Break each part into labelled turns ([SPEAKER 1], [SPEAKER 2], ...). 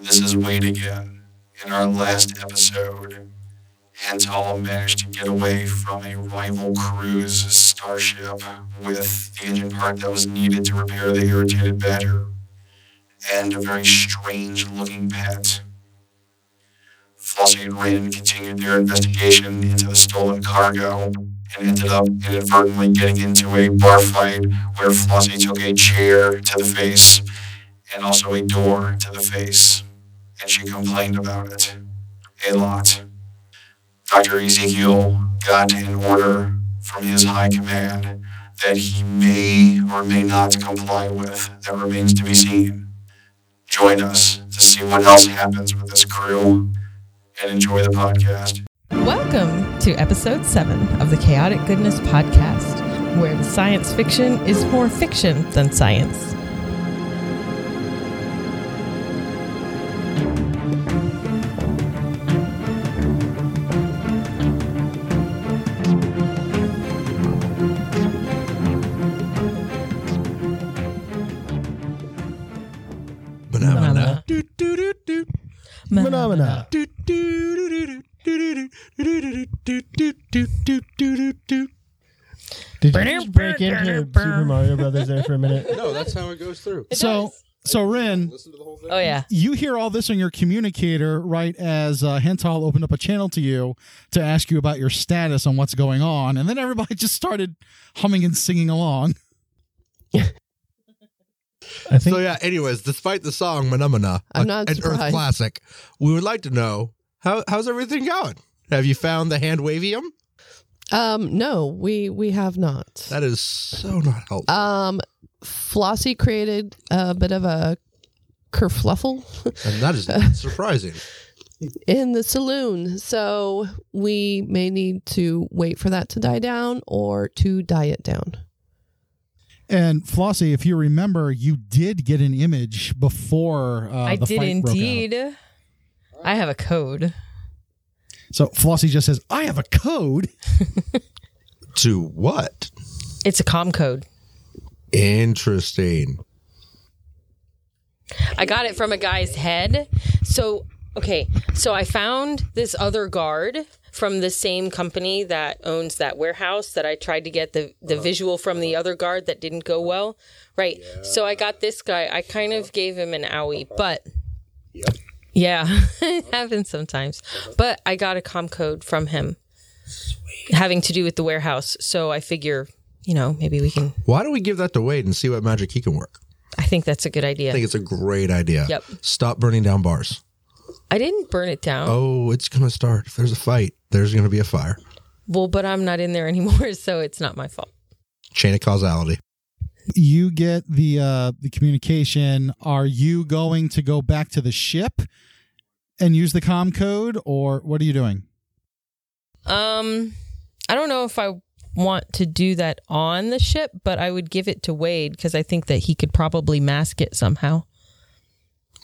[SPEAKER 1] This is Wade again. In our last episode, Antal managed to get away from a rival cruise starship with the engine part that was needed to repair the irritated badger and a very strange looking pet. Flossie and Raiden continued their investigation into the stolen cargo and ended up inadvertently getting into a bar fight where Flossie took a chair to the face and also a door to the face, and she complained about it a lot. Dr. Ezekiel got an order from his high command that he may or may not comply with. That remains to be seen. Join us to see what else happens with this crew and enjoy the podcast.
[SPEAKER 2] Welcome to episode 7 of the Chaotic Goodness Podcast, where the science fiction is more fiction than science.
[SPEAKER 3] Phenomena.
[SPEAKER 2] Phenomena.
[SPEAKER 4] Did you just break into Super Mario Brothers there for a minute?
[SPEAKER 5] No, that's how it goes through.
[SPEAKER 4] so, so Ren,
[SPEAKER 5] Listen to the whole thing.
[SPEAKER 2] Oh, yeah.
[SPEAKER 4] you hear all this on your communicator right as uh, Hental opened up a channel to you to ask you about your status on what's going on, and then everybody just started humming and singing along.
[SPEAKER 3] I think
[SPEAKER 5] So yeah. Anyways, despite the song "Phenomena,"
[SPEAKER 6] I'm
[SPEAKER 5] a-
[SPEAKER 6] not
[SPEAKER 5] an Earth
[SPEAKER 6] surprised.
[SPEAKER 5] classic, we would like to know how how's everything going. Have you found the hand wavium?
[SPEAKER 6] Um, no, we we have not.
[SPEAKER 5] That is so not helpful.
[SPEAKER 6] Um, Flossie created a bit of a kerfluffle
[SPEAKER 5] and that
[SPEAKER 6] uh,
[SPEAKER 5] is not surprising.
[SPEAKER 6] in the saloon, so we may need to wait for that to die down or to diet down.
[SPEAKER 4] And Flossie, if you remember, you did get an image before uh,
[SPEAKER 2] I
[SPEAKER 4] the
[SPEAKER 2] did
[SPEAKER 4] fight
[SPEAKER 2] indeed. I have a code.
[SPEAKER 4] Broke out. So Flossie just says, "I have a code."
[SPEAKER 5] to what?
[SPEAKER 2] It's a com code.
[SPEAKER 5] Interesting.
[SPEAKER 2] I got it from a guy's head. So, okay. So I found this other guard from the same company that owns that warehouse that I tried to get the, the visual from the other guard that didn't go well. Right. So I got this guy. I kind of gave him an owie, but yeah, it happens sometimes. But I got a com code from him having to do with the warehouse. So I figure, you know, maybe we can,
[SPEAKER 5] Why don't we give that to Wade and see what magic he can work?
[SPEAKER 2] I think that's a good idea.
[SPEAKER 5] I think it's a great idea.
[SPEAKER 2] Yep.
[SPEAKER 5] Stop burning down bars.
[SPEAKER 2] I didn't burn it down.
[SPEAKER 5] Oh, it's gonna start. If there's a fight, there's gonna be a fire.
[SPEAKER 2] Well, but I'm not in there anymore, so it's not my fault.
[SPEAKER 5] Chain of causality.
[SPEAKER 4] you get the uh the communication are you going to go back to the ship and use the com code or what are you doing
[SPEAKER 2] Um, I don't know if I want to do that on the ship, but I would give it to Wade because I think that he could probably mask it somehow.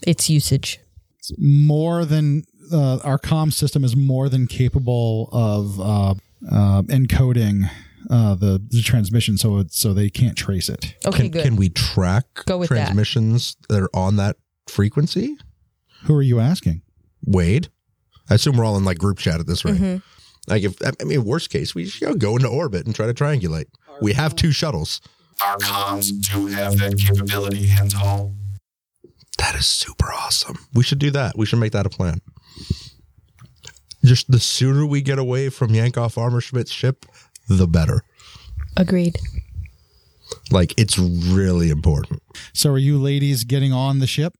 [SPEAKER 2] Its usage.
[SPEAKER 4] It's more than uh, our com system is more than capable of uh, uh encoding uh the, the transmission so it so they can't trace it
[SPEAKER 2] Okay,
[SPEAKER 5] can,
[SPEAKER 2] good.
[SPEAKER 5] can we track
[SPEAKER 2] Go with that.
[SPEAKER 5] transmissions that. are on that frequency?
[SPEAKER 4] who are you asking
[SPEAKER 5] Wade, I assume we're all in like group chat at this rate.
[SPEAKER 2] Mm-hmm.
[SPEAKER 5] Like if I mean, worst case, we just you know, go into orbit and try to triangulate. We have two shuttles.
[SPEAKER 1] Our comms do have that capability, Antal.
[SPEAKER 5] That is super awesome. We should do that. We should make that a plan. Just the sooner we get away from Yankoff Armor Schmidt's ship, the better.
[SPEAKER 2] Agreed.
[SPEAKER 5] Like it's really important.
[SPEAKER 4] so are you ladies getting on the ship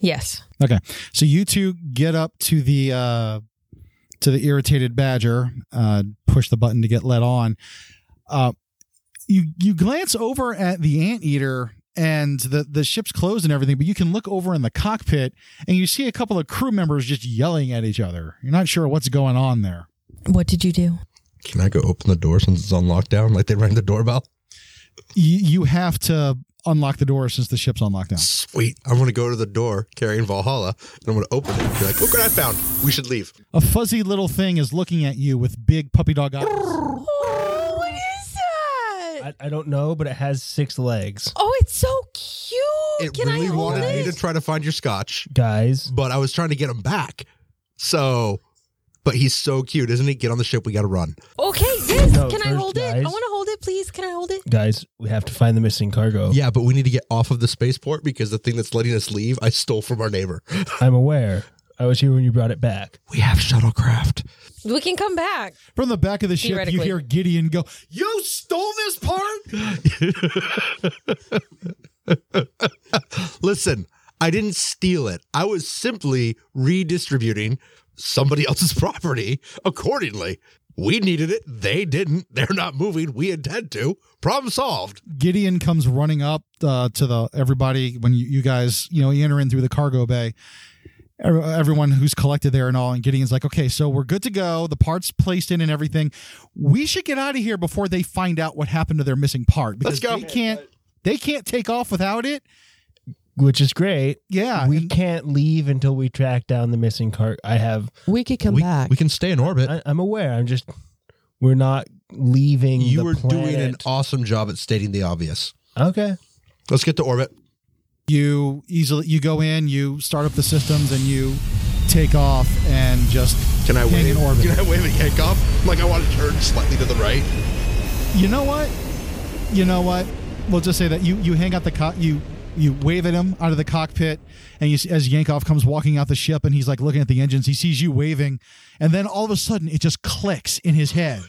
[SPEAKER 2] Yes.
[SPEAKER 4] Okay. So you two get up to the uh to the irritated badger, uh push the button to get let on. Uh you you glance over at the anteater and the the ship's closed and everything, but you can look over in the cockpit and you see a couple of crew members just yelling at each other. You're not sure what's going on there.
[SPEAKER 2] What did you do?
[SPEAKER 5] Can I go open the door since it's on lockdown? Like they rang the doorbell.
[SPEAKER 4] You you have to unlock the door since the ship's on lockdown.
[SPEAKER 5] Sweet. I'm going to go to the door carrying Valhalla and I'm going to open it and be like, look what I found. We should leave.
[SPEAKER 4] A fuzzy little thing is looking at you with big puppy dog eyes.
[SPEAKER 2] Oh, what is that?
[SPEAKER 3] I, I don't know, but it has six legs.
[SPEAKER 2] Oh, it's so cute.
[SPEAKER 5] it
[SPEAKER 2] can I
[SPEAKER 5] really
[SPEAKER 2] hold
[SPEAKER 5] wanted me
[SPEAKER 2] it?
[SPEAKER 5] to try to find your scotch,
[SPEAKER 7] guys.
[SPEAKER 5] but I was trying to get him back. So, but he's so cute, isn't he? Get on the ship. We got to run.
[SPEAKER 2] Okay, this.
[SPEAKER 7] No,
[SPEAKER 2] can I
[SPEAKER 7] first,
[SPEAKER 2] hold it?
[SPEAKER 7] guys.
[SPEAKER 2] I want to hold it, please. Can I hold it?
[SPEAKER 7] Guys, we have to find the missing cargo.
[SPEAKER 5] Yeah, but we need to get off of the spaceport because the thing that's letting us leave, I stole from our neighbor.
[SPEAKER 7] I'm aware. I was here when you brought it back.
[SPEAKER 5] We have shuttlecraft.
[SPEAKER 2] We can come back.
[SPEAKER 4] From the back of the ship, you
[SPEAKER 2] Theoretically.
[SPEAKER 4] hear Gideon go, You stole this part?
[SPEAKER 5] Listen, I didn't steal it. I was simply redistributing somebody else's property accordingly. We needed it. They didn't. They're not moving. We intend to. Problem solved.
[SPEAKER 4] Gideon comes running up uh, to the everybody when you, you guys, you know, you enter in through the cargo bay. Every- Everyone who's collected there and all, and Gideon's like, okay, so we're good to go. The parts placed in and everything. We should get out of here before they find out what happened to their missing part because
[SPEAKER 5] Let's go.
[SPEAKER 4] they can't they can't take off without it.
[SPEAKER 7] Which is great.
[SPEAKER 4] Yeah,
[SPEAKER 7] we
[SPEAKER 4] and-
[SPEAKER 7] can't leave until we track down the missing cargo. I have.
[SPEAKER 6] We could come
[SPEAKER 5] we,
[SPEAKER 6] back.
[SPEAKER 5] we can stay in orbit.
[SPEAKER 7] I, I'm aware. I'm just. We're not leaving.
[SPEAKER 5] you
[SPEAKER 7] the
[SPEAKER 5] were doing an
[SPEAKER 7] planet.
[SPEAKER 5] awesome job at stating the obvious.
[SPEAKER 7] Okay.
[SPEAKER 5] Let's get to orbit.
[SPEAKER 4] you easily you go in, you start up the systems, and you take off and just
[SPEAKER 5] Can I
[SPEAKER 4] hang
[SPEAKER 5] wave?
[SPEAKER 4] in orbit.
[SPEAKER 5] Can I wave at takeoff? Like I want to turn slightly to the right.
[SPEAKER 4] you know what you know what we'll just say that you you hang out the co- you you wave at him out of the cockpit and you see, as yankoff comes walking out the ship and he's like looking at the engines he sees you waving and then all of a sudden it just clicks in his head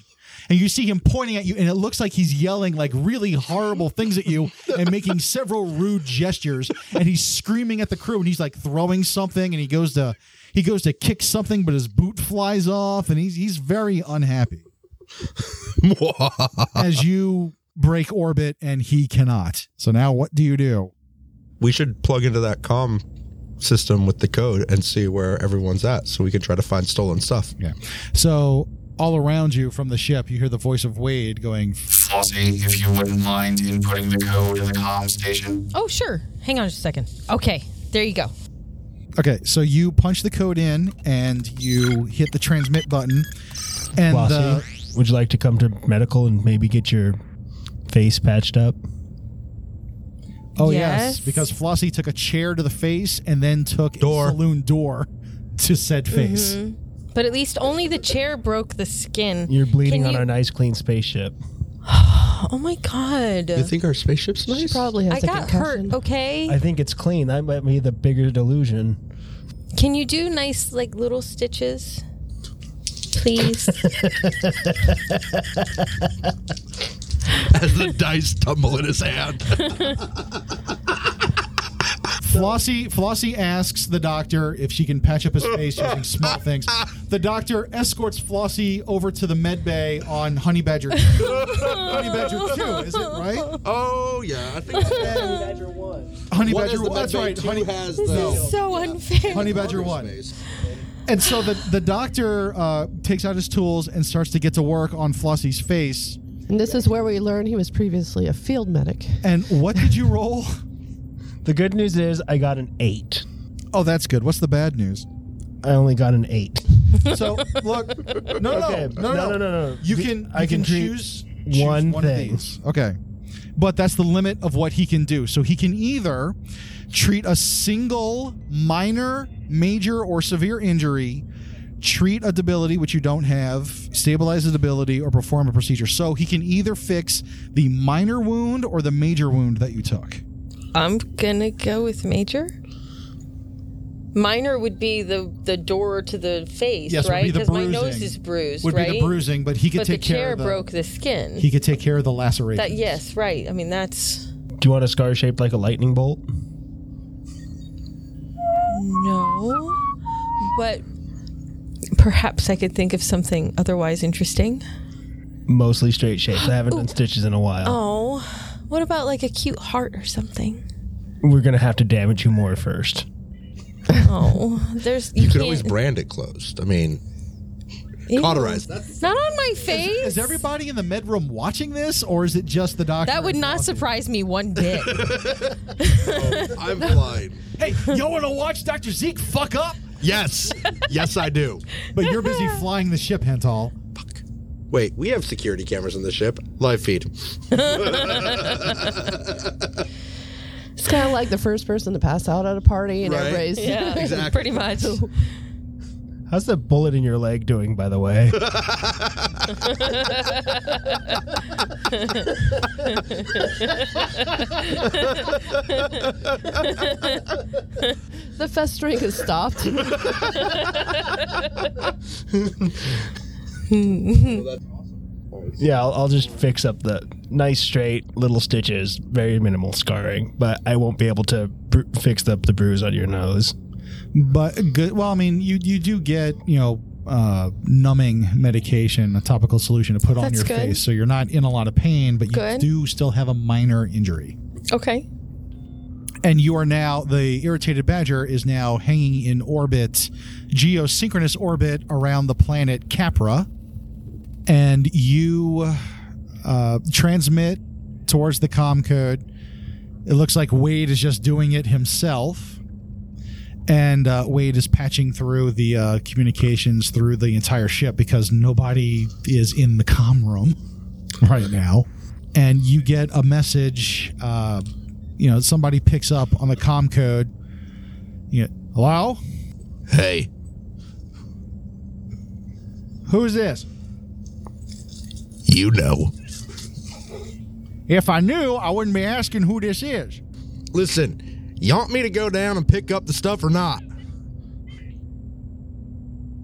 [SPEAKER 4] and you see him pointing at you and it looks like he's yelling like really horrible things at you and making several rude gestures and he's screaming at the crew and he's like throwing something and he goes to he goes to kick something but his boot flies off and he's he's very unhappy as you break orbit and he cannot. So now what do you do?
[SPEAKER 5] we should plug into that com system with the code and see where everyone's at so we can try to find stolen stuff.
[SPEAKER 4] Yeah. So all around you from the ship, you hear the voice of Wade going,
[SPEAKER 1] Flossie, if you wouldn't mind inputting the code in the comm station.
[SPEAKER 2] Oh, sure. Hang on just a second. Okay, there you go.
[SPEAKER 4] Okay, so you punch the code in and you hit the transmit button. And
[SPEAKER 5] uh,
[SPEAKER 4] the,
[SPEAKER 7] Bossy, would you like to come to medical and maybe get your face patched up?
[SPEAKER 4] oh yes.
[SPEAKER 2] Yes.
[SPEAKER 4] because Flossie took a chair to the face and then took
[SPEAKER 5] Door.
[SPEAKER 4] a saloon door to said face.
[SPEAKER 2] But at least only the chair broke the skin.
[SPEAKER 7] You're bleeding
[SPEAKER 2] Can
[SPEAKER 7] on
[SPEAKER 2] you-
[SPEAKER 7] our nice clean spaceship.
[SPEAKER 2] Oh my god.
[SPEAKER 5] You think our spaceship's nice?
[SPEAKER 6] she probably has
[SPEAKER 2] I
[SPEAKER 6] a
[SPEAKER 2] got
[SPEAKER 6] concussion.
[SPEAKER 2] hurt, okay?
[SPEAKER 7] I think it's clean. That might be the bigger delusion.
[SPEAKER 2] Can you do nice, like, little stitches? Please.
[SPEAKER 5] As the dice tumble in his hand.
[SPEAKER 4] Flossie Flossie asks the doctor if she can patch up his face using small things. The doctor escorts Flossie over to the med bay on Honey Badger. Honey Badger Two, is it right?
[SPEAKER 5] oh yeah, I think
[SPEAKER 4] Honey Badger. One, that's right. Honey,
[SPEAKER 5] has
[SPEAKER 2] so unfair.
[SPEAKER 4] Honey Badger One. And so the the doctor uh, takes out his tools and starts to get to work on Flossie's face.
[SPEAKER 6] And this is where we learn he was previously a field medic.
[SPEAKER 4] And what did you roll?
[SPEAKER 7] The good news is I got an eight.
[SPEAKER 4] Oh, that's good. What's the bad news?
[SPEAKER 7] I only got an eight.
[SPEAKER 4] So look, no, no,
[SPEAKER 7] Okay,
[SPEAKER 4] no, no, no,
[SPEAKER 7] no, no, no.
[SPEAKER 4] You
[SPEAKER 7] The-
[SPEAKER 4] can,
[SPEAKER 7] I
[SPEAKER 4] you
[SPEAKER 7] can treat
[SPEAKER 4] choose, choose
[SPEAKER 7] one
[SPEAKER 4] of
[SPEAKER 7] thing.
[SPEAKER 4] these. Okay, but that's the limit of what he can do. So he can either treat a single minor, major, or severe injury, treat a debility which you don't have, stabilize a debility, or perform a procedure. So he can either fix the minor wound or the major wound that you took.
[SPEAKER 2] I'm gonna go with major. Minor would be the the door to the face,
[SPEAKER 4] Yes, would
[SPEAKER 2] right?
[SPEAKER 4] be the
[SPEAKER 2] Because my
[SPEAKER 4] bruising.
[SPEAKER 2] nose is bruised,
[SPEAKER 4] Would
[SPEAKER 2] right?
[SPEAKER 4] be the bruising, but he could
[SPEAKER 2] but the
[SPEAKER 4] take care
[SPEAKER 2] chair
[SPEAKER 4] of the,
[SPEAKER 2] broke the skin.
[SPEAKER 4] He could take care of the laceration.
[SPEAKER 2] that yes, right. I mean that's
[SPEAKER 7] Do you want a scar shaped like a lightning bolt?
[SPEAKER 2] no, but perhaps I could think of something otherwise interesting.
[SPEAKER 7] Mostly straight shapes. I haven't done stitches in a while.
[SPEAKER 2] Oh, what about like a cute heart or something?
[SPEAKER 7] We're gonna have to damage you more first.
[SPEAKER 2] Oh, there's you,
[SPEAKER 5] You can
[SPEAKER 2] can't-
[SPEAKER 5] always brand it closed. I mean,
[SPEAKER 2] Ew.
[SPEAKER 5] cauterize. That's
[SPEAKER 2] Not on my face.
[SPEAKER 4] Is everybody in the med room watching this, or is it just the doctor?
[SPEAKER 2] that would not surprise me one bit.
[SPEAKER 5] I'm blind.
[SPEAKER 4] Hey, y'all want to watch Doctor Zeke fuck up?
[SPEAKER 5] Yes, yes, I do.
[SPEAKER 4] But you're busy flying the ship, Hental.
[SPEAKER 5] Wait, we have security cameras on the ship. Live feed.
[SPEAKER 6] It's kind of like the first person to pass out at a party and
[SPEAKER 5] Right.
[SPEAKER 6] everybody's
[SPEAKER 2] Yeah,
[SPEAKER 5] Exactly.
[SPEAKER 2] pretty much.
[SPEAKER 7] How's that bullet in your leg doing, by the way?
[SPEAKER 6] the festering has stopped.
[SPEAKER 7] yeah, I'll, I'll just fix up the nice straight little stitches, very minimal scarring, but I won't be able to bru fix up the bruise on your nose.
[SPEAKER 4] but good. Well, I mean, you you do get you know uh, numbing medication, a topical solution to put on
[SPEAKER 6] That's
[SPEAKER 4] your
[SPEAKER 6] good.
[SPEAKER 4] face, so you're not in a lot of pain, but you
[SPEAKER 6] Good.
[SPEAKER 4] do still have a minor injury.
[SPEAKER 2] Okay.
[SPEAKER 4] And you are now the irritated badger is now hanging in orbit, geosynchronous orbit around the planet Capra, and you uh, transmit towards the com code. It looks like Wade is just doing it himself, and uh, Wade is patching through the uh, communications through the entire ship because nobody is in the com room right now. And you get a message. Uh, you know, somebody picks up on the com code. You know, hello,
[SPEAKER 5] Hey,
[SPEAKER 4] who is this?
[SPEAKER 5] you know.
[SPEAKER 4] If I knew, I wouldn't be asking who this is.
[SPEAKER 5] Listen, you want me to go down and pick up the stuff or not?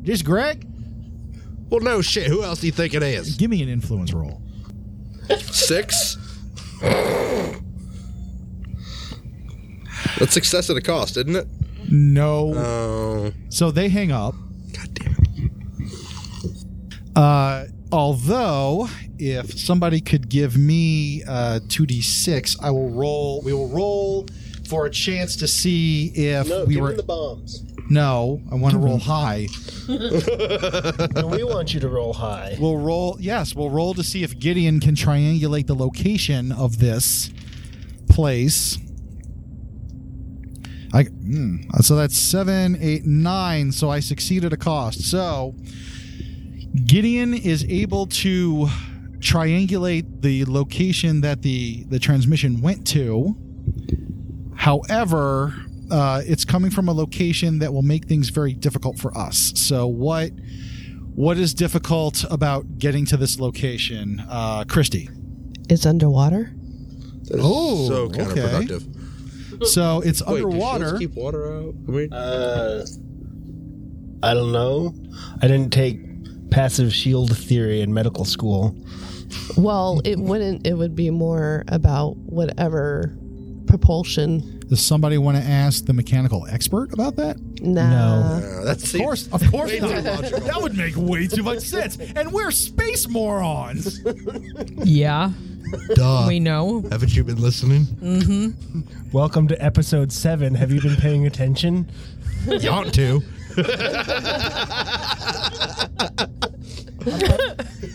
[SPEAKER 4] This Greg?
[SPEAKER 5] Well, no shit. Who else do you think it is?
[SPEAKER 4] Give me an influence roll.
[SPEAKER 5] Six. That's success at a cost, isn't it?
[SPEAKER 4] No.
[SPEAKER 5] Oh,
[SPEAKER 4] so they hang up.
[SPEAKER 5] god damn it!
[SPEAKER 4] Uh, although, if somebody could give me uh, 2d6, I will roll. We will roll for a chance to see if
[SPEAKER 8] No,
[SPEAKER 4] we
[SPEAKER 8] give
[SPEAKER 4] were.
[SPEAKER 8] him the bombs.
[SPEAKER 4] no, I want to roll high.
[SPEAKER 7] we want you to roll high.
[SPEAKER 4] We'll roll. Yes, we'll roll to see if Gideon can triangulate the location of this place. I mm, so that's seven, eight, nine. So I succeeded a cost. So Gideon is able to triangulate the location that the the transmission went to. However, uh, it's coming from a location that will make things very difficult for us. So what? What is difficult about getting to this location, uh, Christy?
[SPEAKER 6] It's underwater.
[SPEAKER 5] That is
[SPEAKER 4] Oh,
[SPEAKER 5] so
[SPEAKER 4] okay.
[SPEAKER 5] counterproductive.
[SPEAKER 4] So it's
[SPEAKER 5] Wait, do
[SPEAKER 4] underwater.
[SPEAKER 5] shields keep water out. I mean,
[SPEAKER 8] Uh, I don't know.
[SPEAKER 7] I didn't take passive shield theory in medical school.
[SPEAKER 6] Well, it wouldn't. It would be more about whatever propulsion.
[SPEAKER 4] Does somebody want to ask the mechanical expert about that?
[SPEAKER 6] Nah. No.
[SPEAKER 5] uh, that's
[SPEAKER 4] Of course, of course not. That would make way too much sense. And we're space morons.
[SPEAKER 2] Yeah,
[SPEAKER 5] Duh.
[SPEAKER 2] we know.
[SPEAKER 5] Haven't you been listening?
[SPEAKER 7] Welcome to episode seven. Have you been paying attention?
[SPEAKER 5] you ought to.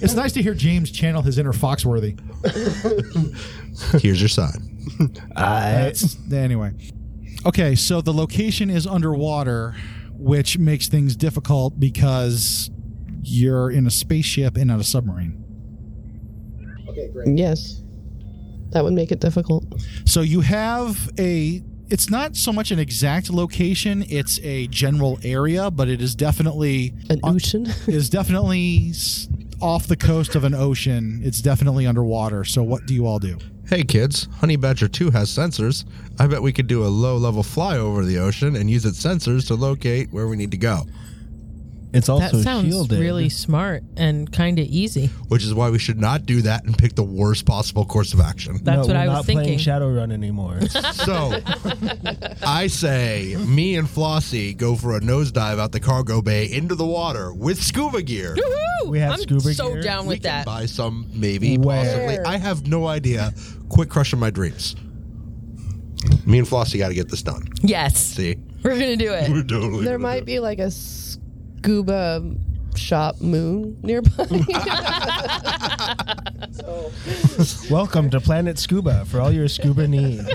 [SPEAKER 4] It's nice to hear James channel his inner Foxworthy.
[SPEAKER 5] Here's your sign.
[SPEAKER 7] I
[SPEAKER 4] That's anyway. Okay, so the location is underwater, which makes things difficult because you're in a spaceship and not a submarine.
[SPEAKER 8] Okay, great.
[SPEAKER 6] Yes. That would make it difficult.
[SPEAKER 4] So you have a. It's not so much an exact location; it's a general area, but it is definitely
[SPEAKER 6] An
[SPEAKER 4] on-
[SPEAKER 6] ocean.
[SPEAKER 4] is definitely s- off the coast of an ocean. It's definitely underwater. So what do you all do?
[SPEAKER 5] Hey kids, Honey Badger 2 has sensors. I bet we could do a low level fly over the ocean and use its sensors to locate where we need to go.
[SPEAKER 7] it's
[SPEAKER 2] That
[SPEAKER 7] also
[SPEAKER 2] sounds
[SPEAKER 7] shielded.
[SPEAKER 2] really smart and kind of easy.
[SPEAKER 5] Which is why we should not do that and pick the worst possible course of action.
[SPEAKER 2] That's
[SPEAKER 7] No,
[SPEAKER 2] what
[SPEAKER 7] we're
[SPEAKER 2] I was
[SPEAKER 7] not
[SPEAKER 2] thinking.
[SPEAKER 7] playing Shadowrun anymore.
[SPEAKER 5] So I say me and Flossie go for a nosedive out the cargo bay into the water with scuba gear.
[SPEAKER 2] Woohoo!
[SPEAKER 7] We have
[SPEAKER 2] I'm
[SPEAKER 7] scuba
[SPEAKER 2] so
[SPEAKER 7] gear.
[SPEAKER 2] down
[SPEAKER 5] We
[SPEAKER 2] with
[SPEAKER 5] can
[SPEAKER 2] that.
[SPEAKER 5] buy some, maybe,
[SPEAKER 7] Where?
[SPEAKER 5] possibly. I have no idea. Quit crushing my dreams. Me and Flossie got to get this done.
[SPEAKER 2] Yes,
[SPEAKER 5] See,
[SPEAKER 2] we're gonna do it.
[SPEAKER 5] we're totally. gonna do
[SPEAKER 6] There might
[SPEAKER 5] it.
[SPEAKER 6] be like a scuba shop moon nearby.
[SPEAKER 7] Welcome to Planet Scuba for all your scuba needs.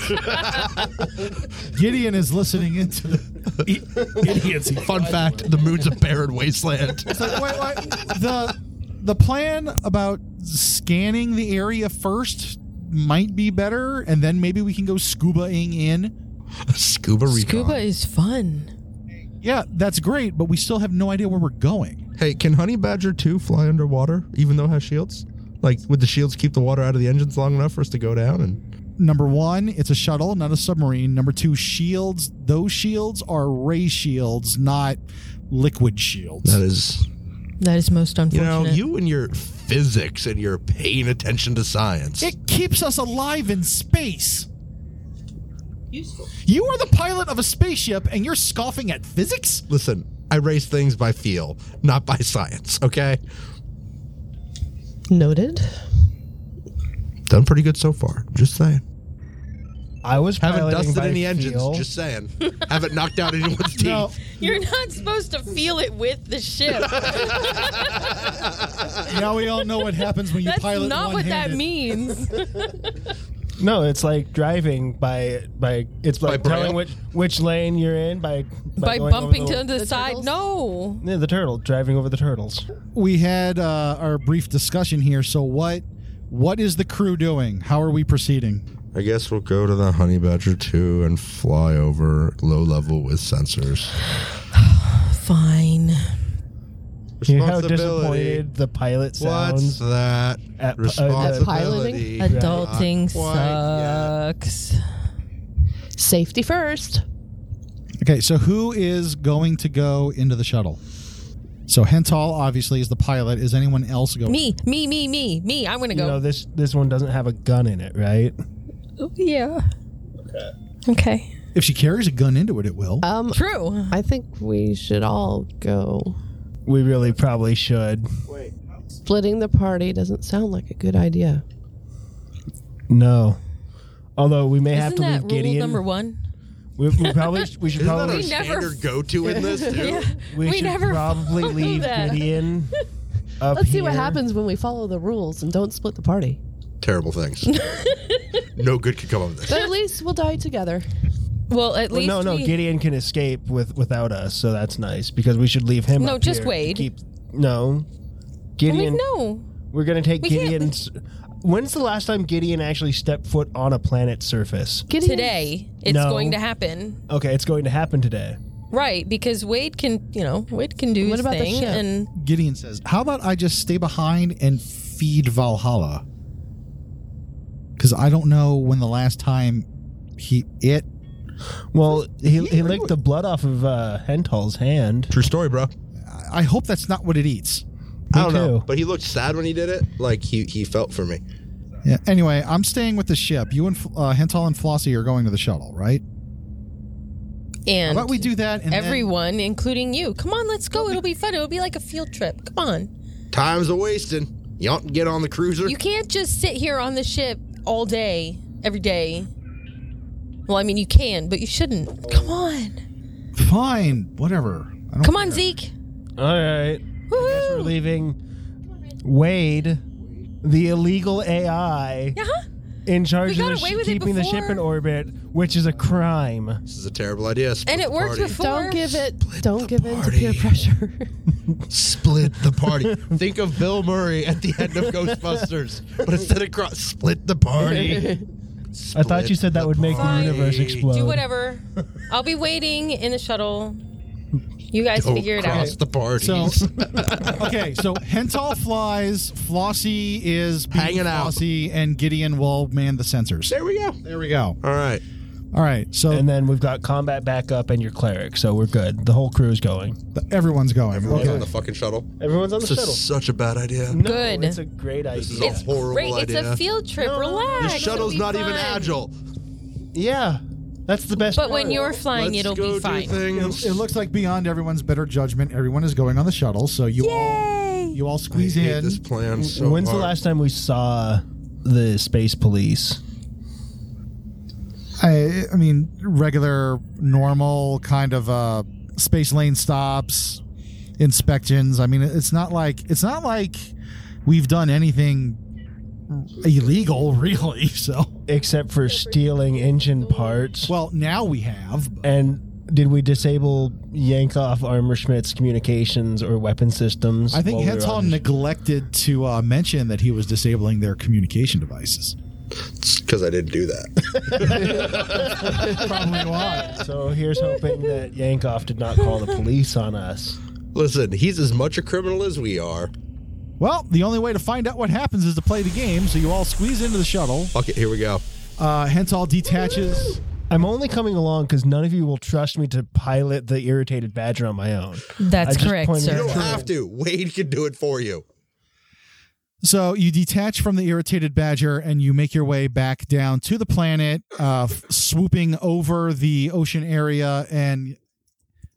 [SPEAKER 4] Gideon is listening into the idiots. He's
[SPEAKER 5] Fun fact: the moon's a barren wasteland.
[SPEAKER 4] like, wait, wait, the the plan about scanning the area first might be better, and then maybe we can go scuba-ing in.
[SPEAKER 5] Scuba recon.
[SPEAKER 2] Scuba is fun.
[SPEAKER 4] Yeah, that's great, but we still have no idea where we're going.
[SPEAKER 5] Hey, can Honey Badger 2 fly underwater even though it has shields? Like, would the shields keep the water out of the engines long enough for us to go down? And
[SPEAKER 4] Number one, it's a shuttle, not a submarine. Number two, shields. Those shields are ray shields, not liquid shields.
[SPEAKER 5] that is,
[SPEAKER 2] That is most
[SPEAKER 5] you
[SPEAKER 2] unfortunate.
[SPEAKER 5] know, you and your physics and your paying attention to science.
[SPEAKER 4] It keeps us alive in space. Useful. You are the pilot of a spaceship, and you're scoffing at physics.
[SPEAKER 5] Listen, I race things by feel, not by science, okay?
[SPEAKER 6] Noted.
[SPEAKER 5] Done pretty good so far. Just saying.
[SPEAKER 7] I was
[SPEAKER 5] Haven't
[SPEAKER 7] piloting
[SPEAKER 5] dusted
[SPEAKER 7] by
[SPEAKER 5] any engines.
[SPEAKER 7] feel.
[SPEAKER 5] Just saying. Haven't knocked out anyone's teeth.
[SPEAKER 4] No,
[SPEAKER 2] You're not supposed to feel it with the ship.
[SPEAKER 4] now we all know what happens when you
[SPEAKER 2] That's
[SPEAKER 4] pilot
[SPEAKER 2] not what that
[SPEAKER 4] one-handed.
[SPEAKER 2] means.
[SPEAKER 7] No, it's like driving by by. It's like
[SPEAKER 5] braille?
[SPEAKER 7] telling which which lane you're in by
[SPEAKER 2] By
[SPEAKER 7] going over
[SPEAKER 2] bumping
[SPEAKER 7] the,
[SPEAKER 2] to the, side.
[SPEAKER 6] turtles?
[SPEAKER 2] No.
[SPEAKER 7] yeah, the turtle driving over the turtles.
[SPEAKER 4] We had uh, our brief discussion here. So what? What is the crew doing? How are we proceeding?
[SPEAKER 5] I guess we'll go to the Honey Badger 2 and fly over low level with sensors.
[SPEAKER 2] Fine.
[SPEAKER 7] You know how disappointed the pilot
[SPEAKER 5] What's
[SPEAKER 7] sounds.
[SPEAKER 5] that?
[SPEAKER 7] At- uh,
[SPEAKER 5] Responsibility.
[SPEAKER 6] piloting?
[SPEAKER 2] Adulting
[SPEAKER 5] Not quite
[SPEAKER 2] sucks.
[SPEAKER 6] Safety first.
[SPEAKER 4] Okay, so who is going to go into the shuttle? So Hental obviously is the pilot. Is anyone else going?
[SPEAKER 2] Me, me, me, me, me. I'm gonna
[SPEAKER 7] You know
[SPEAKER 2] go. Oh,
[SPEAKER 7] this this one doesn't have a gun in it, right?
[SPEAKER 2] yeah. Okay.
[SPEAKER 4] If she carries a gun into it, it will.
[SPEAKER 6] Um,
[SPEAKER 2] True.
[SPEAKER 6] I think we should all go.
[SPEAKER 7] We really probably should.
[SPEAKER 6] Splitting the party doesn't sound like a good idea.
[SPEAKER 7] No. Although we may have
[SPEAKER 2] Isn't
[SPEAKER 7] to
[SPEAKER 2] that
[SPEAKER 7] leave
[SPEAKER 2] rule
[SPEAKER 7] Gideon.
[SPEAKER 2] number one?
[SPEAKER 7] we, we probably we should
[SPEAKER 5] Isn't that
[SPEAKER 7] probably
[SPEAKER 5] our
[SPEAKER 2] We never-
[SPEAKER 5] standard go-to in this, dude?
[SPEAKER 7] we,
[SPEAKER 2] we
[SPEAKER 7] should
[SPEAKER 2] never
[SPEAKER 7] probably
[SPEAKER 2] follow
[SPEAKER 7] leave
[SPEAKER 2] that.
[SPEAKER 7] Gideon. Up
[SPEAKER 6] Let's see what
[SPEAKER 7] here.
[SPEAKER 6] happens when we follow the rules and don't split the party.
[SPEAKER 5] Terrible things. no good could come of this.
[SPEAKER 6] But at least we'll die together.
[SPEAKER 2] Well, at
[SPEAKER 7] Well,
[SPEAKER 2] least
[SPEAKER 7] no, no.
[SPEAKER 2] we-
[SPEAKER 7] Gideon can escape with without us, so that's nice because we should leave him.
[SPEAKER 2] No,
[SPEAKER 7] up
[SPEAKER 2] just
[SPEAKER 7] here to
[SPEAKER 2] Wade.
[SPEAKER 7] Keep no.
[SPEAKER 2] I'm like,
[SPEAKER 7] Gideon,
[SPEAKER 2] no.
[SPEAKER 7] we're gonna take
[SPEAKER 2] We can't-
[SPEAKER 7] Gideon's. When's the last time Gideon actually stepped foot on a planet's surface?
[SPEAKER 6] Gideon,
[SPEAKER 2] Today it's
[SPEAKER 7] No.
[SPEAKER 2] going to happen,
[SPEAKER 7] Okay, it's going to happen today.
[SPEAKER 2] right? Because Wade can, you know, Wade can do
[SPEAKER 6] What
[SPEAKER 2] his
[SPEAKER 6] about the
[SPEAKER 2] thing,
[SPEAKER 6] ship?
[SPEAKER 2] and
[SPEAKER 4] Gideon says, "How about I just stay behind and feed Valhalla? Because I don't know when the last time he it
[SPEAKER 7] Well, he, he licked the blood off of uh, Hental's hand.
[SPEAKER 5] True story, bro.
[SPEAKER 4] I hope that's not what it eats.
[SPEAKER 5] I don't know,
[SPEAKER 7] too.
[SPEAKER 5] but he looked sad when he did it. Like he he felt for me.
[SPEAKER 4] Yeah. Anyway, I'm staying with the ship. You and uh, Hental and Flossie are going to the shuttle, right? How
[SPEAKER 2] and
[SPEAKER 4] about we do that? And then-
[SPEAKER 2] everyone, including you. Come on, let's go. It'll be fun. It'll be like a field trip. Come on.
[SPEAKER 5] Time's a wasting. You don't get on the cruiser.
[SPEAKER 2] You can't just sit here on the ship all day, every day. Well, I mean, you can, but you shouldn't. Come on.
[SPEAKER 4] fine, whatever. I don't
[SPEAKER 2] Come on, Zeke.
[SPEAKER 7] All right, we're
[SPEAKER 2] Woohoo.
[SPEAKER 7] leaving Wade, the illegal AI,
[SPEAKER 2] Uh-huh.
[SPEAKER 7] in charge
[SPEAKER 2] We
[SPEAKER 7] of the
[SPEAKER 2] got away
[SPEAKER 7] sh-
[SPEAKER 2] with it
[SPEAKER 7] keeping the ship
[SPEAKER 2] before.
[SPEAKER 7] in orbit, which is a crime.
[SPEAKER 5] this is a terrible idea. Split
[SPEAKER 2] And it
[SPEAKER 5] the
[SPEAKER 2] worked
[SPEAKER 5] party.
[SPEAKER 2] before.
[SPEAKER 6] Don't give it. Don't give in to
[SPEAKER 5] party.
[SPEAKER 6] peer pressure.
[SPEAKER 5] Split the party. Think of Bill Murray at the end of Ghostbusters, but instead of cross, split the party.
[SPEAKER 7] I thought you said that would make
[SPEAKER 2] party.
[SPEAKER 7] the universe explode.
[SPEAKER 5] Uh,
[SPEAKER 2] Do whatever. I'll be waiting in the shuttle. You guys
[SPEAKER 5] Don't
[SPEAKER 2] figure it out.
[SPEAKER 5] Oh, cross the party.
[SPEAKER 4] So okay, so Hental flies. Flossie is being
[SPEAKER 5] Hanging out.
[SPEAKER 4] Flossie, and Gideon will man the sensors.
[SPEAKER 5] there we go.
[SPEAKER 4] There we go.
[SPEAKER 5] All right.
[SPEAKER 4] All right, so
[SPEAKER 7] And then we've got combat backup and your cleric, so we're good. The whole crew is going.
[SPEAKER 4] th- everyone's going.
[SPEAKER 5] Everyone's
[SPEAKER 4] okay.
[SPEAKER 5] on the fucking shuttle.
[SPEAKER 7] Everyone's on the
[SPEAKER 5] This
[SPEAKER 7] shuttle.
[SPEAKER 5] is such a bad idea.
[SPEAKER 7] No,
[SPEAKER 2] Good.
[SPEAKER 7] It's a great idea.
[SPEAKER 5] This is a horrible
[SPEAKER 2] Great, it's
[SPEAKER 5] idea.
[SPEAKER 2] a field trip.
[SPEAKER 7] No, no, no.
[SPEAKER 2] Relax.
[SPEAKER 5] the
[SPEAKER 2] It'll
[SPEAKER 5] shuttle's
[SPEAKER 2] be
[SPEAKER 5] not even
[SPEAKER 2] fun.
[SPEAKER 5] agile.
[SPEAKER 7] yeah, that's the best.
[SPEAKER 2] But when
[SPEAKER 7] part.
[SPEAKER 2] you're flying,
[SPEAKER 5] Let's
[SPEAKER 2] it'll
[SPEAKER 5] go
[SPEAKER 2] be
[SPEAKER 5] do
[SPEAKER 2] fine.
[SPEAKER 5] things.
[SPEAKER 4] It looks like beyond everyone's better judgment, everyone is going on the shuttle. So you all you all
[SPEAKER 5] I
[SPEAKER 4] squeeze
[SPEAKER 5] hate
[SPEAKER 4] in.
[SPEAKER 5] this plan so
[SPEAKER 7] when's
[SPEAKER 5] hard.
[SPEAKER 7] the last time we saw the space police?
[SPEAKER 4] I, I mean, regular, normal kind of uh, space lane stops, inspections. I mean, it's not like it's not like we've done anything illegal, really. So,
[SPEAKER 7] Except for stealing engine parts.
[SPEAKER 4] well, now we have.
[SPEAKER 7] And did we disable Yankoff Armorschmidt's communications or weapon systems?
[SPEAKER 4] I think
[SPEAKER 7] while we were
[SPEAKER 4] Hental
[SPEAKER 7] on the-
[SPEAKER 4] neglected to uh, mention that he was disabling their communication devices.
[SPEAKER 5] It's because I didn't do that.
[SPEAKER 7] Probably why. So here's hoping that Yankoff did not call the police on us.
[SPEAKER 5] Listen, he's as much a criminal as we are.
[SPEAKER 4] Well, the only way to find out what happens is to play the game, so you all squeeze into the shuttle.
[SPEAKER 5] Fuck it, here we go.
[SPEAKER 4] Uh, hence all detaches.
[SPEAKER 7] I'm only coming along because none of you will trust me to pilot the irritated badger on my own. I
[SPEAKER 9] That's
[SPEAKER 7] just
[SPEAKER 9] correct,
[SPEAKER 7] pointed
[SPEAKER 5] You
[SPEAKER 9] sir.
[SPEAKER 5] don't have to. Wade can do it for you.
[SPEAKER 4] So you detach from the irritated badger and you make your way back down to the planet, uh, f- swooping over the ocean area. And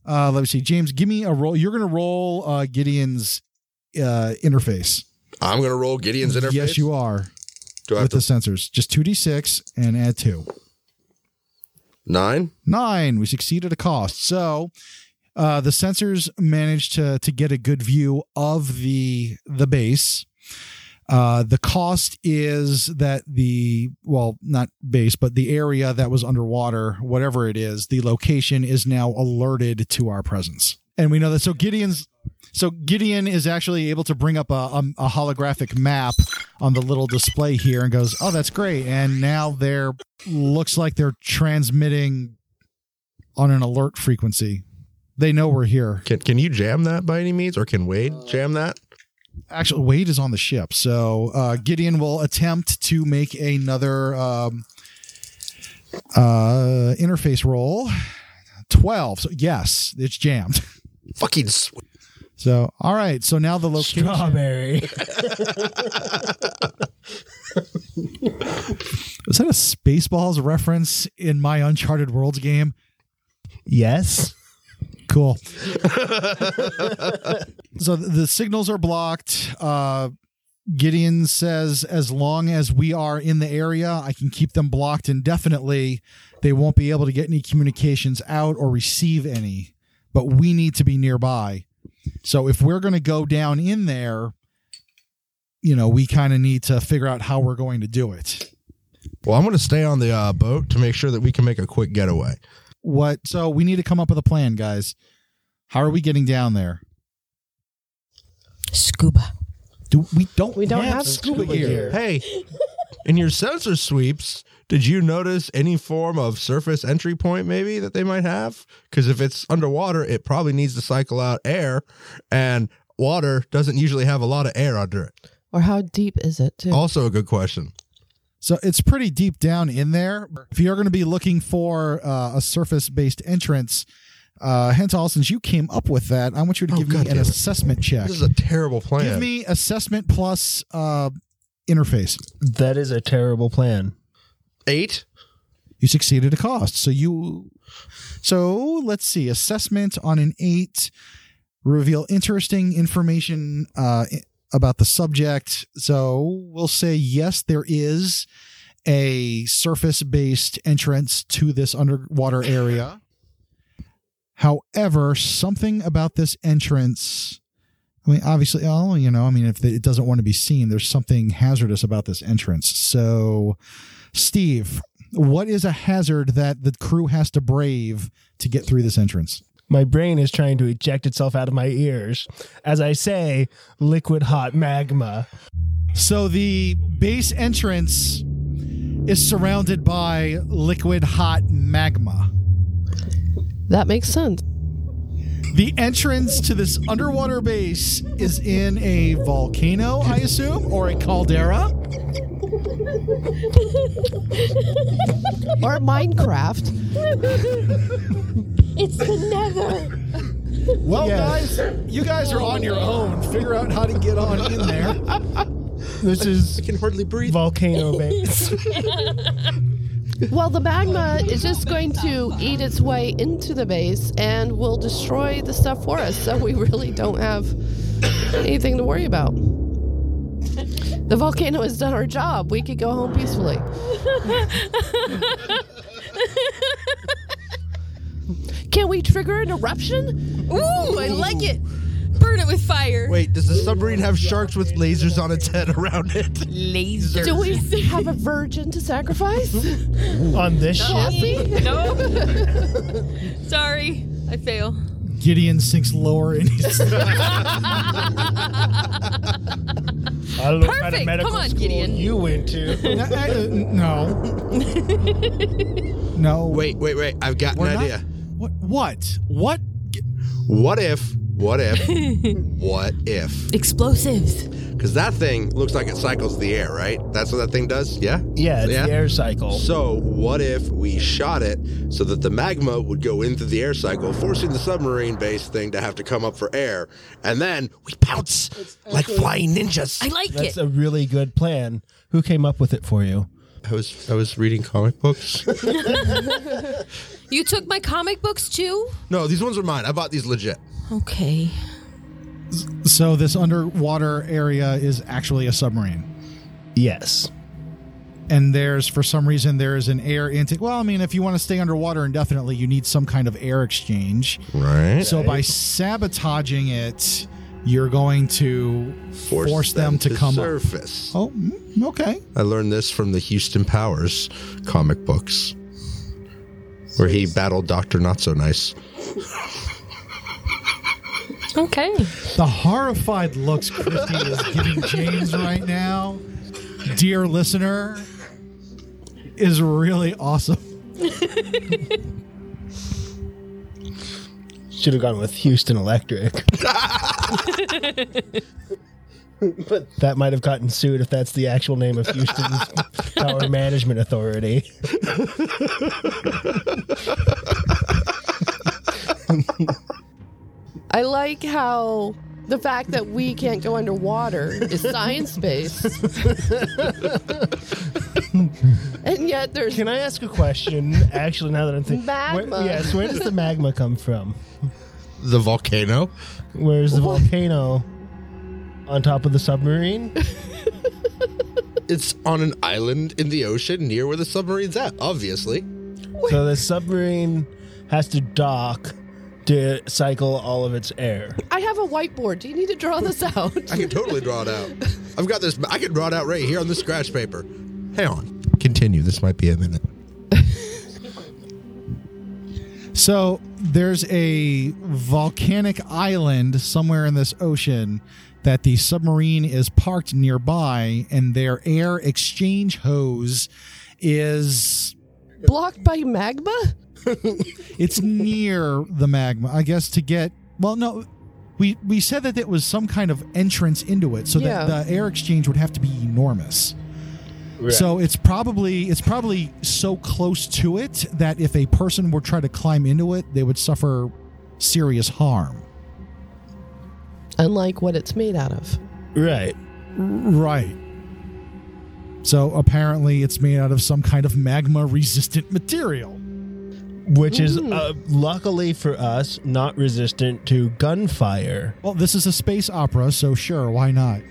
[SPEAKER 4] uh, let me see, James, give me a roll. You're going to roll uh, Gideon's uh, interface.
[SPEAKER 5] I'm gonna roll Gideon's interface.
[SPEAKER 4] Yes, you are
[SPEAKER 5] Do I have
[SPEAKER 4] with
[SPEAKER 5] to
[SPEAKER 4] the sensors. Just 2d6 and add 2.
[SPEAKER 5] nine?
[SPEAKER 4] Nine. We succeed at a cost. So uh, the sensors managed to to get a good view of the the base. Uh, the cost is that the well, not base, but the area that was underwater, whatever it is, the location is now alerted to our presence, and we know that. So Gideon's. So Gideon is actually able to bring up a, a, a holographic map on the little display here and goes, "Oh, that's great!" And now they're looks like they're transmitting on an alert frequency. They know we're here.
[SPEAKER 5] Can can you jam that by any means, or can Wade
[SPEAKER 4] Uh,
[SPEAKER 5] jam that?
[SPEAKER 4] Actually, Wade is on the ship, so uh, Gideon will attempt to make another um, uh, interface roll. Twelve. So yes, it's jammed.
[SPEAKER 5] Fucking sweet.
[SPEAKER 4] So all right. So now the location.
[SPEAKER 7] Strawberry.
[SPEAKER 4] Is that a Spaceballs reference in my Uncharted Worlds game?
[SPEAKER 7] yes.
[SPEAKER 4] Cool. so th- the signals are blocked. Uh, Gideon says, as long as we are in the area, I can keep them blocked indefinitely. They won't be able to get any communications out or receive any, but we need to be nearby. So if we're going to go down in there, you know, we kind of need to figure out how we're going to do it.
[SPEAKER 5] Well, I'm gonna stay on the uh, boat to make sure that we can make a quick getaway.
[SPEAKER 4] What? So we need to come up with a plan, guys. How are we getting down there?
[SPEAKER 9] Scuba.
[SPEAKER 4] Do we don't we
[SPEAKER 6] don't have
[SPEAKER 4] scuba,
[SPEAKER 7] scuba gear.
[SPEAKER 5] Hey, in your sensor sweeps, did you notice any form of surface entry point maybe that they might have? Because if it's underwater, it probably needs to cycle out air, and water doesn't usually have a lot of air under it.
[SPEAKER 6] Or how deep is it? Too?
[SPEAKER 5] Also, a good question.
[SPEAKER 4] So it's pretty deep down in there. If you're going to be looking for uh, a surface based entrance, uh, Hental, since you came up with that, I want you to
[SPEAKER 5] Oh,
[SPEAKER 4] give me
[SPEAKER 5] God
[SPEAKER 4] an
[SPEAKER 5] damn it.
[SPEAKER 4] assessment check.
[SPEAKER 5] This is a terrible plan.
[SPEAKER 4] Give me assessment plus uh, interface.
[SPEAKER 7] That is a terrible plan.
[SPEAKER 5] eight.
[SPEAKER 4] You succeeded a cost. So you. So let's see. Assessment on an eight. Reveal interesting information uh, i- about the subject. So we'll say yes, there is a surface based entrance to this underwater area. However, something about this entrance. I mean, obviously, oh, you know, I mean, if it doesn't want to be seen, there's something hazardous about this entrance. So, Steve, what is a hazard that the crew has to brave to get through this entrance?
[SPEAKER 7] My brain is trying to eject itself out of my ears as I say liquid hot magma.
[SPEAKER 4] So the base entrance is surrounded by liquid hot magma.
[SPEAKER 6] That makes sense.
[SPEAKER 4] The entrance to this underwater base is in a volcano, I assume, or a caldera.
[SPEAKER 6] Or Minecraft.
[SPEAKER 2] It's the nether.
[SPEAKER 4] Well, guys, you guys are on your own. Figure out how to get on in there.
[SPEAKER 7] This is
[SPEAKER 5] I can hardly breathe.
[SPEAKER 7] volcano base.
[SPEAKER 6] Well, the magma is just going to eat its way into the base and will destroy the stuff for us. So we really don't have anything to worry about. The volcano has done our job. We could go home peacefully. Can we trigger an eruption?
[SPEAKER 9] Ooh, I like it. Burn it with fire.
[SPEAKER 5] Wait, does the submarine have sharks with lasers on its head around it?
[SPEAKER 9] Laser.
[SPEAKER 6] Do we have a virgin to sacrifice?
[SPEAKER 7] on this ship.
[SPEAKER 6] Jesse?
[SPEAKER 9] no. Sorry, I fail.
[SPEAKER 4] Gideon sinks lower in his.
[SPEAKER 7] I don't know what kind of
[SPEAKER 9] Perfect.
[SPEAKER 7] medical
[SPEAKER 9] Come on,
[SPEAKER 7] school
[SPEAKER 9] Gideon.
[SPEAKER 7] you went to.
[SPEAKER 4] uh, no, no.
[SPEAKER 5] Wait, wait, wait. I've got
[SPEAKER 4] we're
[SPEAKER 5] an
[SPEAKER 4] not-
[SPEAKER 5] idea.
[SPEAKER 4] What? What? What?
[SPEAKER 5] What if, what if, what if?
[SPEAKER 9] Explosives.
[SPEAKER 5] Because that thing looks like it cycles the air, right? That's what that thing does? Yeah?
[SPEAKER 7] Yeah, it's
[SPEAKER 5] Yeah.
[SPEAKER 7] the air cycle.
[SPEAKER 5] So, what if we shot it so that the magma would go in through the air cycle, forcing the submarine based thing to have to come up for air, and then we pounce like flying ninjas?
[SPEAKER 9] I like
[SPEAKER 7] That's
[SPEAKER 9] it.
[SPEAKER 7] a really good plan. Who came up with it for you?
[SPEAKER 5] I was I was reading comic books.
[SPEAKER 9] you took my comic books too?
[SPEAKER 5] no, these ones are mine. I bought these legit.
[SPEAKER 9] Okay.
[SPEAKER 4] So this underwater area is actually a submarine,
[SPEAKER 7] Yes.
[SPEAKER 4] and there's for some reason there is an air intake. Well, I mean, if you want to stay underwater indefinitely, you need some kind of air exchange.
[SPEAKER 5] Right.
[SPEAKER 4] So by sabotaging it, you're going to force, them, to, come up.
[SPEAKER 5] surface.
[SPEAKER 4] Oh, mm, okay.
[SPEAKER 5] I learned this from the Houston Powers comic books, where he battled Doctor Not So Nice.
[SPEAKER 2] Okay.
[SPEAKER 4] The horrified looks Christy is giving James right now, dear listener, is really awesome.
[SPEAKER 7] Should have gone with Houston Electric. but that might have gotten sued if that's the actual name of Houston's Power Management Authority.
[SPEAKER 6] I like how the fact that we can't go underwater is science based. and yet there's
[SPEAKER 7] Can I ask a question? Actually, now that I'm thinking,
[SPEAKER 6] Magma.
[SPEAKER 7] Where, yes. Where does the magma come from?
[SPEAKER 5] The volcano.
[SPEAKER 7] Where's the volcano? On top of the submarine?
[SPEAKER 5] It's on an island in the ocean near where the submarine's at. Obviously.
[SPEAKER 7] So the submarine has to dock to cycle all of its air.
[SPEAKER 6] I have a whiteboard. Do you need to draw this out?
[SPEAKER 5] I can totally draw it out. I've got this. I can draw it out right here on the scratch paper. Hang on. Continue. This might be a minute.
[SPEAKER 4] So there's a volcanic island somewhere in this ocean that the submarine is parked nearby, and their air exchange hose is
[SPEAKER 6] Blocked by magma?
[SPEAKER 4] it's near the magma i guess to get well no we we said that it was some kind of entrance into it so
[SPEAKER 6] Yeah.
[SPEAKER 4] that the air exchange would have to be enormous so it's probably it's probably so close to it that if a person were try to climb into it they would suffer serious harm
[SPEAKER 6] Unlike what it's made out of.
[SPEAKER 7] Right.
[SPEAKER 4] right so apparently it's made out of some kind of magma resistant material
[SPEAKER 7] Which is uh, luckily for us not resistant to gunfire.
[SPEAKER 4] well this is a space opera so sure why not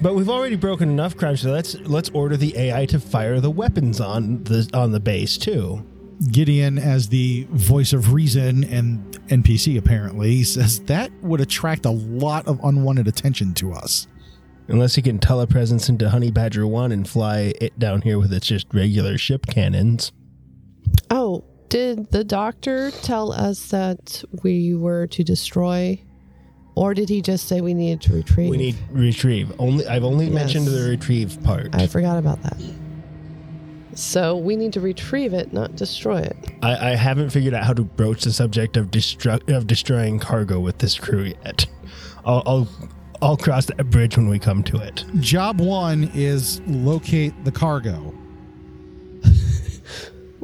[SPEAKER 7] But we've already broken enough crimes, so let's let's order the AI to fire the weapons on the on the base too.
[SPEAKER 4] Gideon as the voice of reason and NPC apparently says that would attract a lot of unwanted attention to us.
[SPEAKER 7] Unless he can telepresence into Honey Badger One and fly it down here with its just regular ship cannons.
[SPEAKER 6] Oh, did the doctor tell us that we were to destroy? Or did he just say we needed to retrieve?
[SPEAKER 7] We need retrieve. Only I've only mentioned
[SPEAKER 6] Yes.
[SPEAKER 7] the retrieve part.
[SPEAKER 6] I forgot about that. So we need to retrieve it, not destroy it.
[SPEAKER 7] I, I haven't figured out how to broach the subject of destruct of destroying cargo with this crew yet. I'll, I'll I'll cross that bridge when we come to it.
[SPEAKER 4] Job one is locate the cargo.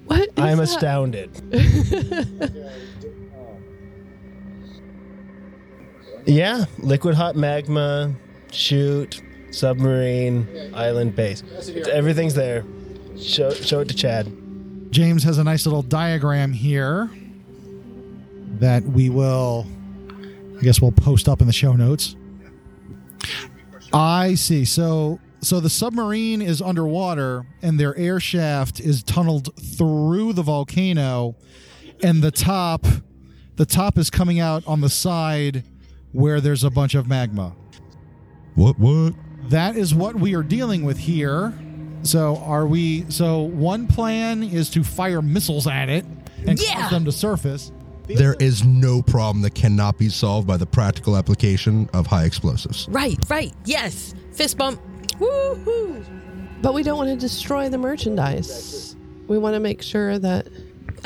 [SPEAKER 6] What? is
[SPEAKER 7] I'm
[SPEAKER 6] that?
[SPEAKER 7] astounded. yeah, liquid hot magma, shoot, submarine, island base. Everything's there. Show, show it to Chad.
[SPEAKER 4] James has a nice little diagram here that we will, I guess, we'll post up in the show notes. I see. So, so the submarine is underwater, and their air shaft is tunneled through the volcano, and the top, the top is coming out on the side where there's a bunch of magma.
[SPEAKER 5] What? What?
[SPEAKER 4] That is what we are dealing with here. So are we so one plan is to fire missiles at it and
[SPEAKER 9] Yeah.
[SPEAKER 4] cause them to surface.
[SPEAKER 5] There is no problem that cannot be solved by the practical application of high explosives.
[SPEAKER 2] Right, right. Yes. Fist bump. Woohoo.
[SPEAKER 6] But we don't want to destroy the merchandise. We want to make sure that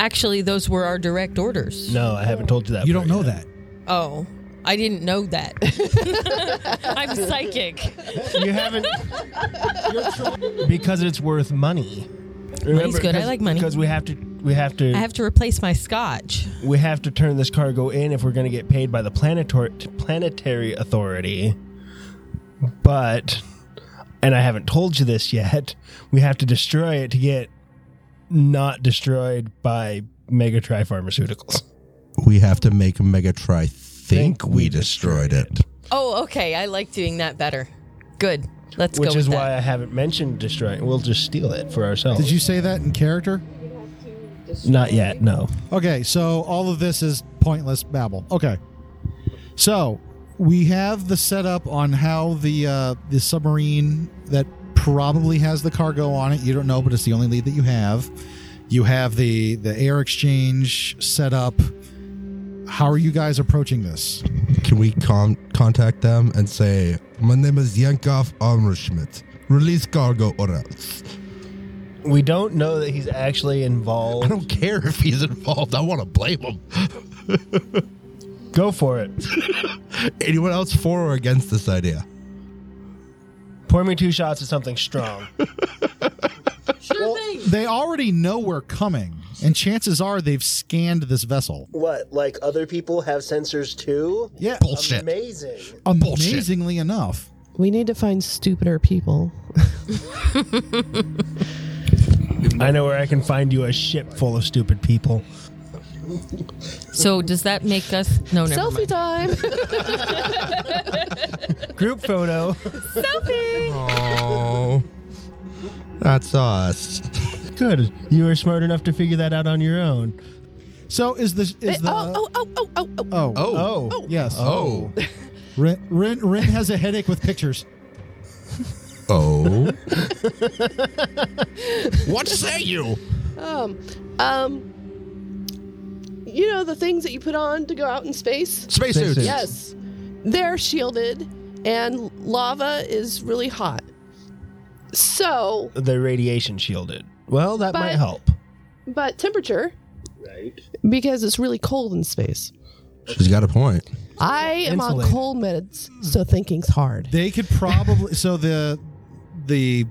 [SPEAKER 9] Actually, those were our direct orders.
[SPEAKER 7] No, I haven't told you that.
[SPEAKER 4] You don't know that.
[SPEAKER 9] Oh, I didn't know that. I'm psychic.
[SPEAKER 7] You haven't because it's worth money. Remember,
[SPEAKER 9] good. I
[SPEAKER 7] 'cause-
[SPEAKER 9] like money.
[SPEAKER 7] because we have to. We have to.
[SPEAKER 9] I have to replace my scotch.
[SPEAKER 7] we have to turn this cargo in if we're going to get paid by the planetor- planetary authority. But, and I haven't told you this yet, we have to destroy it to get not destroyed by Megatri Pharmaceuticals.
[SPEAKER 5] We have to make Megatri think we destroyed it.
[SPEAKER 9] Oh, okay. I like doing that better. Good. Let's go
[SPEAKER 7] Which
[SPEAKER 9] with
[SPEAKER 7] is why
[SPEAKER 9] that.
[SPEAKER 7] I haven't mentioned destroying. We'll just steal it for ourselves.
[SPEAKER 4] Did you say that in character?
[SPEAKER 7] Not yet. No.
[SPEAKER 4] Okay, so all of this is pointless babble. Okay, so we have the setup on how the uh, the submarine that probably has the cargo on it. You don't know, but it's the only lead that you have. You have the the air exchange set up. How are you guys approaching this?
[SPEAKER 5] Can we con- contact them and say, My name is Yankov Armschmidt. Release cargo or else.
[SPEAKER 7] We don't know that he's actually
[SPEAKER 5] I
[SPEAKER 7] involved.
[SPEAKER 5] don't care if he's involved. I want to blame him.
[SPEAKER 7] Go for it.
[SPEAKER 5] Anyone else for or against this idea?
[SPEAKER 7] Pour me two shots of something strong.
[SPEAKER 4] They already know we're coming, and chances are they've scanned this vessel.
[SPEAKER 8] What? Like other people have sensors too?
[SPEAKER 4] Yeah,
[SPEAKER 5] Bullshit.
[SPEAKER 8] Amazing.
[SPEAKER 5] Bullshit.
[SPEAKER 4] amazingly enough.
[SPEAKER 6] we need to find stupider people.
[SPEAKER 7] I know where I can find you a ship full of stupid people.
[SPEAKER 9] So does that make us no never
[SPEAKER 6] Selfie
[SPEAKER 9] mind.
[SPEAKER 6] time.
[SPEAKER 7] Group photo.
[SPEAKER 5] Oh, that's us.
[SPEAKER 7] Good. You were smart enough to figure that out on your own.
[SPEAKER 4] So is this is the
[SPEAKER 6] oh, oh, oh, oh, oh, oh.
[SPEAKER 4] oh
[SPEAKER 7] Oh.
[SPEAKER 4] yes
[SPEAKER 5] Oh.
[SPEAKER 4] Rin, Rin, Rin has a headache with pictures.
[SPEAKER 5] Oh. what say you?
[SPEAKER 6] Um, um, you know the things that you put on to go out in space?
[SPEAKER 5] Spacesuits.
[SPEAKER 7] Spacesuits.
[SPEAKER 6] Yes, they're shielded, and lava is really hot. So,
[SPEAKER 7] The radiation shielded. Well, that
[SPEAKER 6] But-
[SPEAKER 7] might help.
[SPEAKER 6] but temperature
[SPEAKER 8] Right.
[SPEAKER 6] because it's really cold in space.
[SPEAKER 5] She's got a point.
[SPEAKER 6] I am on
[SPEAKER 7] Insulated.
[SPEAKER 6] cold meds, so thinking's hard.
[SPEAKER 4] They could probably so the the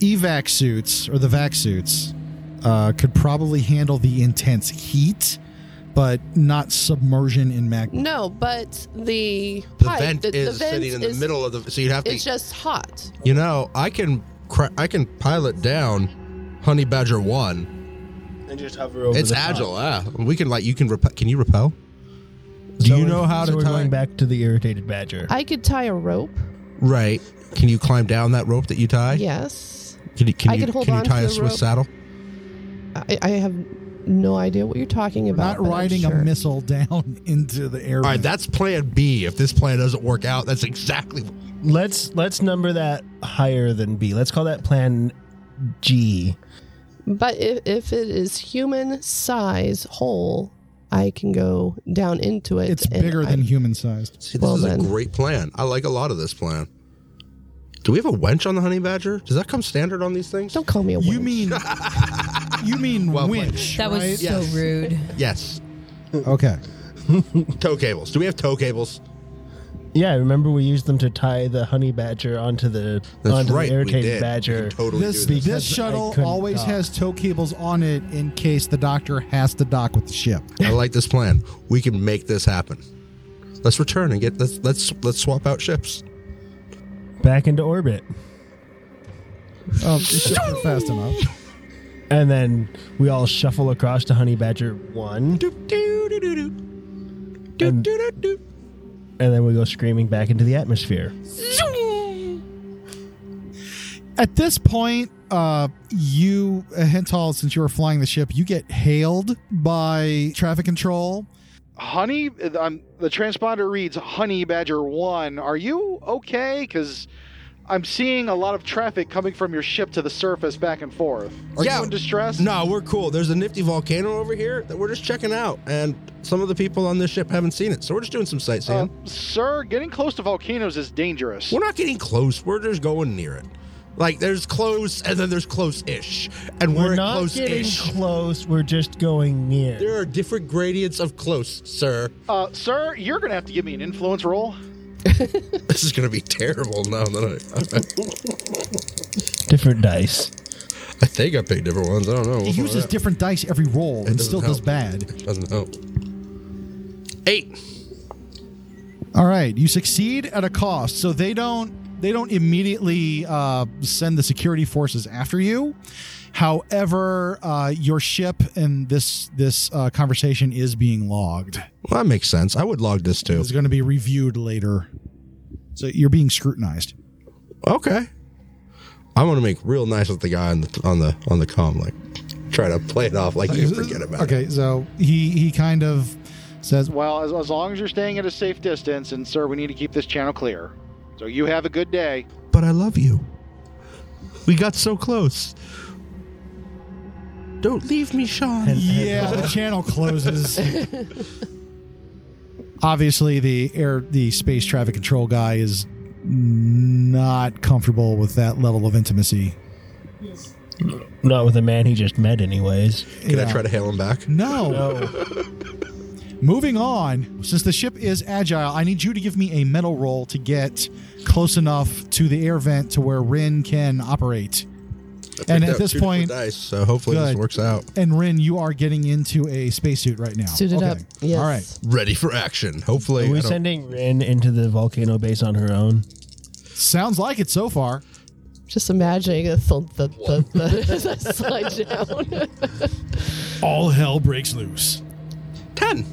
[SPEAKER 4] evac suits or the vac suits uh, could probably handle the intense heat, but not submersion in magma.
[SPEAKER 6] No, but the
[SPEAKER 5] The
[SPEAKER 6] pipe,
[SPEAKER 5] vent
[SPEAKER 6] the, the
[SPEAKER 5] is
[SPEAKER 6] vent
[SPEAKER 5] sitting in the
[SPEAKER 6] is-
[SPEAKER 5] middle of the. So you'd have to.
[SPEAKER 6] It's just hot.
[SPEAKER 5] you know, I can, cra- I can pilot down Honey Badger One.
[SPEAKER 7] And just hover over.
[SPEAKER 5] it's agile. Ah, we can like you can. Rep- can you repel? Do you know how to
[SPEAKER 7] We're
[SPEAKER 5] tie-
[SPEAKER 7] going back to the irritated badger.
[SPEAKER 6] I could tie a rope.
[SPEAKER 5] Right. Can you climb down that rope that you tie?
[SPEAKER 6] Yes,
[SPEAKER 5] Can you can
[SPEAKER 6] I
[SPEAKER 5] you,
[SPEAKER 6] can hold
[SPEAKER 5] you
[SPEAKER 6] on to
[SPEAKER 5] tie a
[SPEAKER 6] the
[SPEAKER 5] Swiss
[SPEAKER 6] rope.
[SPEAKER 5] saddle?
[SPEAKER 6] I, I have no idea what you're talking about.
[SPEAKER 4] Not
[SPEAKER 6] but I'm
[SPEAKER 4] riding a
[SPEAKER 6] sure.
[SPEAKER 4] missile down into the air.
[SPEAKER 5] All right, that's Plan B. If this plan doesn't work out, that's exactly.
[SPEAKER 7] let's let's number that higher than B. Let's call that plan G.
[SPEAKER 6] But if, if it is human size hole, I can go down into it.
[SPEAKER 4] it's
[SPEAKER 6] and
[SPEAKER 4] bigger
[SPEAKER 6] I-
[SPEAKER 4] than human sized.
[SPEAKER 5] See, this
[SPEAKER 6] Well,
[SPEAKER 5] is
[SPEAKER 6] then.
[SPEAKER 5] a great plan. I like a lot of this plan. Do we have a wench on the honey badger? Does that come standard on these things?
[SPEAKER 6] Don't call me a
[SPEAKER 4] You
[SPEAKER 6] wench.
[SPEAKER 4] mean you mean
[SPEAKER 5] Well played.
[SPEAKER 4] winch?
[SPEAKER 9] That was
[SPEAKER 4] right?
[SPEAKER 9] so
[SPEAKER 5] Yes.
[SPEAKER 9] rude.
[SPEAKER 5] Yes.
[SPEAKER 4] okay.
[SPEAKER 5] Tow cables. Do we have tow cables?
[SPEAKER 7] Yeah, remember we used them to tie the honey badger onto the
[SPEAKER 5] That's
[SPEAKER 7] onto
[SPEAKER 5] right.
[SPEAKER 7] the
[SPEAKER 5] we
[SPEAKER 7] irritated
[SPEAKER 5] did. We
[SPEAKER 7] badger.
[SPEAKER 5] could totally
[SPEAKER 4] This
[SPEAKER 5] do this.
[SPEAKER 4] this
[SPEAKER 7] I
[SPEAKER 4] shuttle
[SPEAKER 7] couldn't
[SPEAKER 4] always
[SPEAKER 7] dock.
[SPEAKER 4] has tow cables on it in case the doctor has to dock with the ship.
[SPEAKER 5] I like this plan. We can make this happen. Let's return and get let's let's let's swap out ships.
[SPEAKER 7] back into orbit.
[SPEAKER 4] Oh, it's just fast enough.
[SPEAKER 7] And then we all shuffle across to Honey Badger 1. And, and then we go screaming back into the atmosphere.
[SPEAKER 4] At this point, uh, you, uh, Hental, since you were flying the ship, you get hailed by traffic control.
[SPEAKER 10] Honey, um, the transponder reads Honey Badger 1. Are you okay? Because I'm seeing a lot of traffic coming from your ship to the surface back and forth. Are
[SPEAKER 5] Yeah.
[SPEAKER 10] you in distress?
[SPEAKER 5] No, we're cool. There's a nifty volcano over here that we're just checking out, and some of the people on this ship haven't seen it, so we're just doing some
[SPEAKER 10] Uh,
[SPEAKER 5] sightseeing.
[SPEAKER 10] sir, getting close to volcanoes is dangerous.
[SPEAKER 5] we're not getting close. We're just going near it. Like there's close, and then there's close-ish, and we're,
[SPEAKER 7] We're
[SPEAKER 5] at
[SPEAKER 7] not getting
[SPEAKER 5] close-ish.
[SPEAKER 7] close. We're just going near.
[SPEAKER 5] there are different gradients of close, sir.
[SPEAKER 10] Uh, sir, you're gonna have to give me an influence roll.
[SPEAKER 5] This is gonna be terrible now that I,
[SPEAKER 7] Different dice.
[SPEAKER 5] I think I picked different ones. I don't know.
[SPEAKER 4] He uses different dice every roll and
[SPEAKER 5] doesn't
[SPEAKER 4] still does
[SPEAKER 5] help.
[SPEAKER 4] bad.
[SPEAKER 5] Doesn't help. Eight.
[SPEAKER 4] All right, you succeed at a cost, so they don't they don't immediately uh, send the security forces after you. However, uh, your ship and this this uh, conversation is being logged.
[SPEAKER 5] Well, that makes sense. I would log this too.
[SPEAKER 4] It's going to be reviewed later, so you're being scrutinized.
[SPEAKER 5] Okay. I want to make real nice with the guy on the on the on the com, like try to play it off like you forget about it.
[SPEAKER 4] Uh, Okay, so he he kind of says,
[SPEAKER 10] Well, as, as long as you're staying at a safe distance, and sir, we need to keep this channel clear. So you have a good day.
[SPEAKER 5] But I love you. We got so close. Don't leave me, Sean.
[SPEAKER 4] Yeah, the channel closes. Obviously, the air, the space traffic control guy is not comfortable with that level of intimacy.
[SPEAKER 7] Not with a man he just met, anyways.
[SPEAKER 5] Can I
[SPEAKER 4] Yeah.
[SPEAKER 5] try to hail him back?
[SPEAKER 4] No. Moving on, since the ship is agile, I need you to give me a metal roll to get close enough to the air vent to where Rin can operate.
[SPEAKER 5] Picked
[SPEAKER 4] And at
[SPEAKER 5] up
[SPEAKER 4] this
[SPEAKER 5] two different
[SPEAKER 4] point,
[SPEAKER 5] dice, so hopefully this
[SPEAKER 4] Good.
[SPEAKER 5] works out.
[SPEAKER 4] and Rin, you are getting into a spacesuit right now.
[SPEAKER 6] Suited up. Yes.
[SPEAKER 4] All right.
[SPEAKER 5] Ready for action. Hopefully,
[SPEAKER 7] Are
[SPEAKER 5] I
[SPEAKER 7] we
[SPEAKER 5] don't-
[SPEAKER 7] sending Rin into the volcano base on her own?
[SPEAKER 4] Sounds like it so far.
[SPEAKER 6] Just imagining a thump, thump, thump, thump as I slide down.
[SPEAKER 3] All hell breaks loose.
[SPEAKER 5] ten.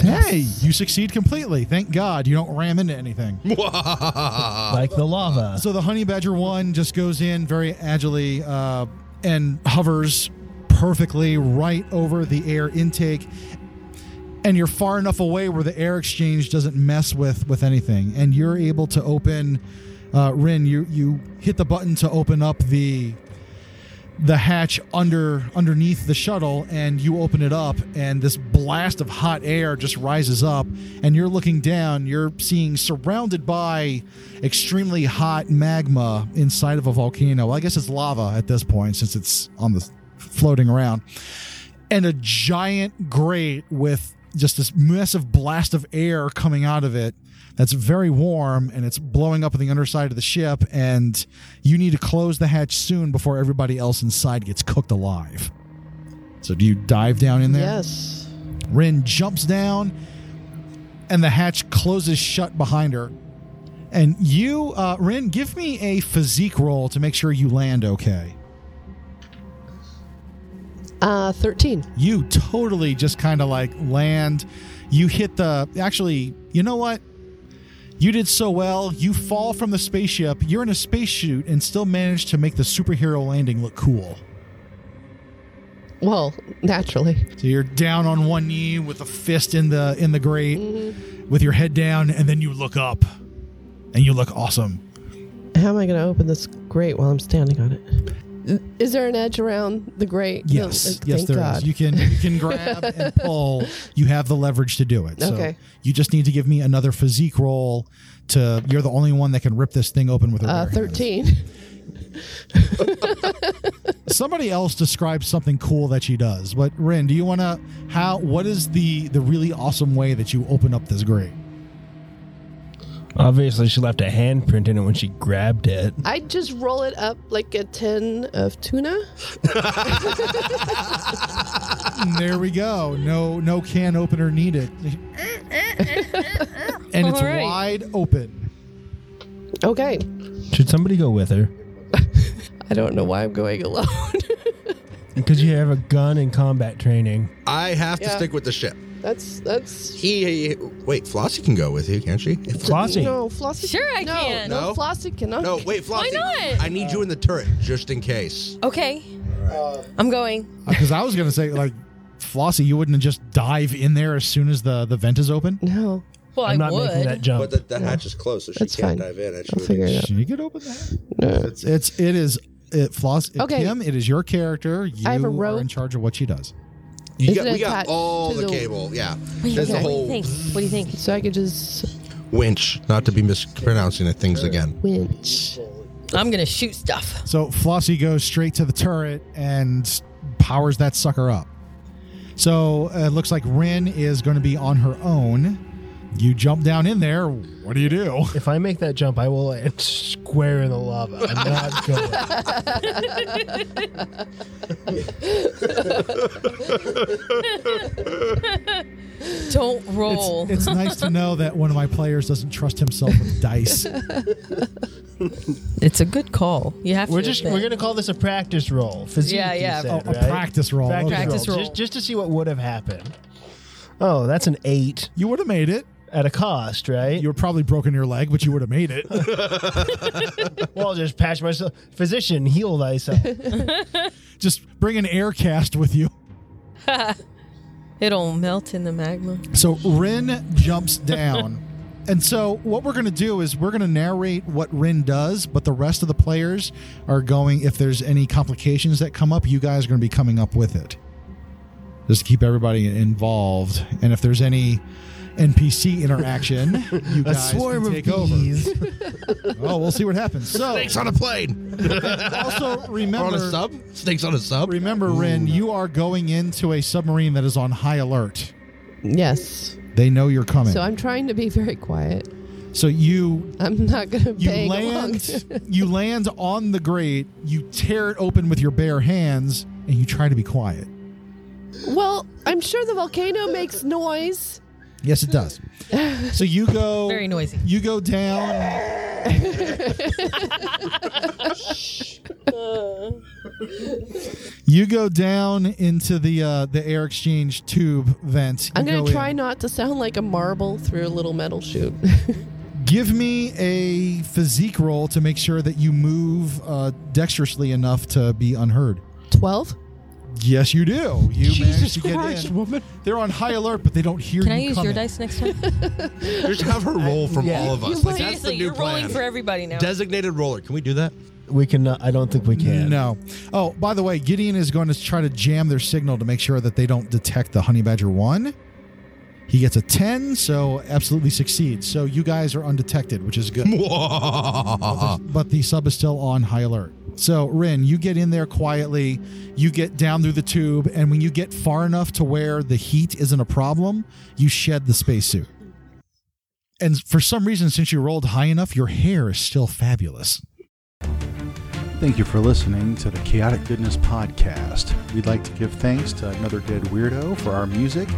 [SPEAKER 4] Hey, you succeed completely. Thank God you don't ram into anything.
[SPEAKER 5] Uh,
[SPEAKER 7] like the lava.
[SPEAKER 4] Uh, So the honey badger one just goes in very agilely uh, and hovers perfectly right over the air intake, and you're far enough away where the air exchange doesn't mess with with anything, and you're able to open. Uh, Rin, you you hit the button to open up the the hatch under underneath the shuttle and you open it up and this blast of hot air just rises up and you're looking down you're seeing surrounded by extremely hot magma inside of a volcano well, i guess it's lava at this point since it's on the floating around and a giant grate with just this massive blast of air coming out of it that's very warm and it's blowing up on the underside of the ship and you need to close the hatch soon before everybody else inside gets cooked alive so do you dive down in there
[SPEAKER 6] yes.
[SPEAKER 4] Rin jumps down, and the hatch closes shut behind her. And you, uh, Rin, give me a physique roll to make sure you land okay.
[SPEAKER 6] Uh, 13.
[SPEAKER 4] You totally just kind of like land. You hit the. Actually, you know what? You did so well. You fall from the spaceship. You're in a spacesuit and still manage to make the superhero landing look cool.
[SPEAKER 6] Well, naturally.
[SPEAKER 4] So you're down on one knee with a fist in the in the grate, with your head down, and then you look up, and you look awesome.
[SPEAKER 6] How am I going to open this grate while I'm standing on it? Is there an edge around the grate? No,
[SPEAKER 4] Yes,
[SPEAKER 6] uh,
[SPEAKER 4] yes,
[SPEAKER 6] thank
[SPEAKER 4] there is.
[SPEAKER 6] God.
[SPEAKER 4] You can you can grab and pull. You have the leverage to do it.
[SPEAKER 6] Okay.
[SPEAKER 4] So you just need to give me another physique roll. To you're the only one that can rip this thing open with a
[SPEAKER 6] Uh, 13.
[SPEAKER 4] Somebody else describes something cool that she does. But Rin, do you want to? How? What is the the really awesome way that you open up this grate?
[SPEAKER 7] Obviously, she left a handprint in it when she grabbed it.
[SPEAKER 6] I just roll it up like a tin of tuna.
[SPEAKER 4] there we go. No no can opener needed. and it's
[SPEAKER 9] All right.
[SPEAKER 4] wide open.
[SPEAKER 6] Okay.
[SPEAKER 7] Should somebody go with her?
[SPEAKER 6] I don't know why I'm going alone.
[SPEAKER 7] Because you have a gun and combat training.
[SPEAKER 5] I have to
[SPEAKER 6] Yeah.
[SPEAKER 5] stick with the ship.
[SPEAKER 6] that's that's
[SPEAKER 5] He, he- wait. Flossie can go with you, can't she? If-
[SPEAKER 7] Flossie.
[SPEAKER 6] No, Flossie.
[SPEAKER 9] Sure I
[SPEAKER 6] no,
[SPEAKER 9] can.
[SPEAKER 6] No,
[SPEAKER 5] No?
[SPEAKER 6] Flossie cannot.
[SPEAKER 5] no, wait, Flossie.
[SPEAKER 9] not?
[SPEAKER 5] I need you in the turret just in case.
[SPEAKER 9] Okay. I'm going.
[SPEAKER 4] Because I was gonna say like Flossie, you wouldn't just dive in there as soon as the the vent is open.
[SPEAKER 6] No.
[SPEAKER 9] Well,
[SPEAKER 7] I'm
[SPEAKER 9] I
[SPEAKER 7] not making
[SPEAKER 9] would.
[SPEAKER 7] that
[SPEAKER 4] Oh.
[SPEAKER 7] jump.
[SPEAKER 11] But the, the hatch is closed, so she
[SPEAKER 6] That's
[SPEAKER 11] can't
[SPEAKER 6] fine.
[SPEAKER 11] dive in. And she
[SPEAKER 6] I'll
[SPEAKER 11] would-
[SPEAKER 6] figure it out.
[SPEAKER 4] She could open that.
[SPEAKER 6] No.
[SPEAKER 4] It's it's it is it floss.
[SPEAKER 6] Okay.
[SPEAKER 4] Kim, it is your character. You
[SPEAKER 6] I have a
[SPEAKER 4] are
[SPEAKER 6] rope.
[SPEAKER 4] in charge of what she does.
[SPEAKER 11] You
[SPEAKER 6] Is
[SPEAKER 11] got,
[SPEAKER 6] it
[SPEAKER 11] we got
[SPEAKER 6] attached
[SPEAKER 11] all
[SPEAKER 6] to
[SPEAKER 11] the
[SPEAKER 6] the-
[SPEAKER 11] cable. Yeah.
[SPEAKER 2] Wait,
[SPEAKER 11] There's the
[SPEAKER 2] what do you
[SPEAKER 11] whole.
[SPEAKER 2] think? What do you think?
[SPEAKER 6] So I could just
[SPEAKER 5] Winch, not to be mispronouncing the things again.
[SPEAKER 6] winch.
[SPEAKER 9] I'm gonna shoot stuff.
[SPEAKER 4] So Flossie goes straight to the turret and powers that sucker up. So uh, it looks like Rin is going to be on her own. You jump down in there. What do you do?
[SPEAKER 7] If I make that jump, I will land square in the lava. I'm not going.
[SPEAKER 9] Don't roll.
[SPEAKER 4] It's nice to know that one of my players doesn't trust himself with dice.
[SPEAKER 9] It's, a good call. You have
[SPEAKER 7] We're
[SPEAKER 9] to.
[SPEAKER 7] just
[SPEAKER 9] admit.
[SPEAKER 7] we're gonna call this a practice roll. Physique,
[SPEAKER 9] Yeah,
[SPEAKER 7] you
[SPEAKER 9] yeah.
[SPEAKER 7] said,
[SPEAKER 4] Oh, a
[SPEAKER 7] right?
[SPEAKER 4] practice roll.
[SPEAKER 7] Practice,
[SPEAKER 4] okay.
[SPEAKER 9] Practice
[SPEAKER 7] roll,
[SPEAKER 9] roll.
[SPEAKER 7] Just, just to see what would have happened. Oh, that's an eight
[SPEAKER 4] You would have made it.
[SPEAKER 7] at a cost, right?
[SPEAKER 4] You were probably broken your leg, but you would have made it.
[SPEAKER 7] well, I'll just patch myself. Physician, heal thyself.
[SPEAKER 4] Just bring an air cast with you.
[SPEAKER 9] It'll melt in the magma.
[SPEAKER 4] So Rin jumps down. and so what we're going to do is we're going to narrate what Rin does, but the rest of the players are going, if there's any complications that come up, you guys are going to be coming up with it. Just to keep everybody involved. And if there's any NPC interaction, you guys can take over. oh, we'll see what happens. So
[SPEAKER 5] Snakes on a plane.
[SPEAKER 4] also
[SPEAKER 5] Or on a
[SPEAKER 4] remember,
[SPEAKER 5] sub. Snakes on a sub.
[SPEAKER 4] remember Rin, you are going into a submarine that is on high alert.
[SPEAKER 6] Yes.
[SPEAKER 4] They know you're coming. So,
[SPEAKER 6] So I'm trying to be very quiet.
[SPEAKER 4] so you
[SPEAKER 6] I'm not gonna
[SPEAKER 4] you
[SPEAKER 6] bang along.
[SPEAKER 4] land you land on the grate you tear it open with your bare hands and you try to be quiet
[SPEAKER 6] Well, I'm sure the volcano makes noise.
[SPEAKER 4] yes it does so you go
[SPEAKER 9] Very noisy.
[SPEAKER 4] you go down you go down into the uh the air exchange tube vent
[SPEAKER 6] I'm
[SPEAKER 4] You
[SPEAKER 6] gonna
[SPEAKER 4] go
[SPEAKER 6] try
[SPEAKER 4] in.
[SPEAKER 6] not to sound like a marble through a little metal chute.
[SPEAKER 4] give me a physique roll to make sure that you move uh dexterously enough to be unheard
[SPEAKER 6] Twelve.
[SPEAKER 4] yes you do you manage to get in
[SPEAKER 5] woman.
[SPEAKER 4] They're on high alert, but they don't hear
[SPEAKER 2] Can I
[SPEAKER 4] you.
[SPEAKER 2] use your
[SPEAKER 4] coming.
[SPEAKER 2] dice next time?
[SPEAKER 5] Just have her
[SPEAKER 2] Uh,
[SPEAKER 5] roll from
[SPEAKER 7] Yeah.
[SPEAKER 5] all of us. Like, that's the
[SPEAKER 2] Seriously,
[SPEAKER 5] new
[SPEAKER 2] you're rolling
[SPEAKER 5] plan.
[SPEAKER 2] for everybody now.
[SPEAKER 5] Designated roller. Can we do that?
[SPEAKER 7] we cannot. I don't think we can.
[SPEAKER 4] No. Oh, by the way, Gideon is going to try to jam their signal to make sure that they don't detect the Honey Badger 1. He gets a 10, so absolutely succeeds. So you guys are undetected, which is good. but the sub is still on high alert. So, Rin, you get in there quietly. You get down through the tube, and when you get far enough to where the heat isn't a problem, you shed the spacesuit. And for some reason, since you rolled high enough, your hair is still fabulous.
[SPEAKER 12] Thank you for listening to the Chaotic Goodness Podcast. We'd like to give thanks to Another Dead Weirdo for our music,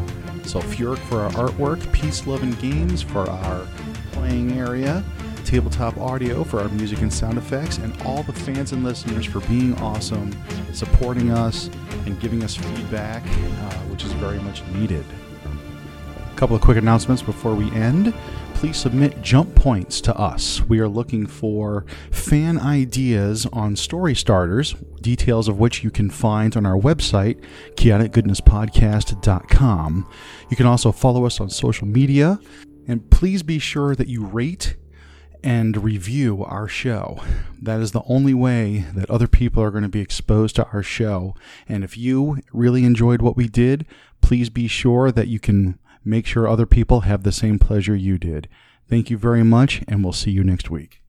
[SPEAKER 12] Sulfuric for our artwork, Peace Love and Games for our playing area, Tabletop Audio for our music and sound effects, and all the fans and listeners for being awesome, supporting us, and giving us feedback, uh, which is very much needed. Couple of quick announcements before we end. Please submit jump points to us. We are looking for fan ideas on story starters, details of which you can find on our website, chaoticgoodnesspodcast.com. You can also follow us on social media, and please be sure that you rate and review our show. That is the only way that other people are going to be exposed to our show. And if you really enjoyed what we did, please be sure that you can make sure other people have the same pleasure you did. Thank you very much, and we'll see you next week.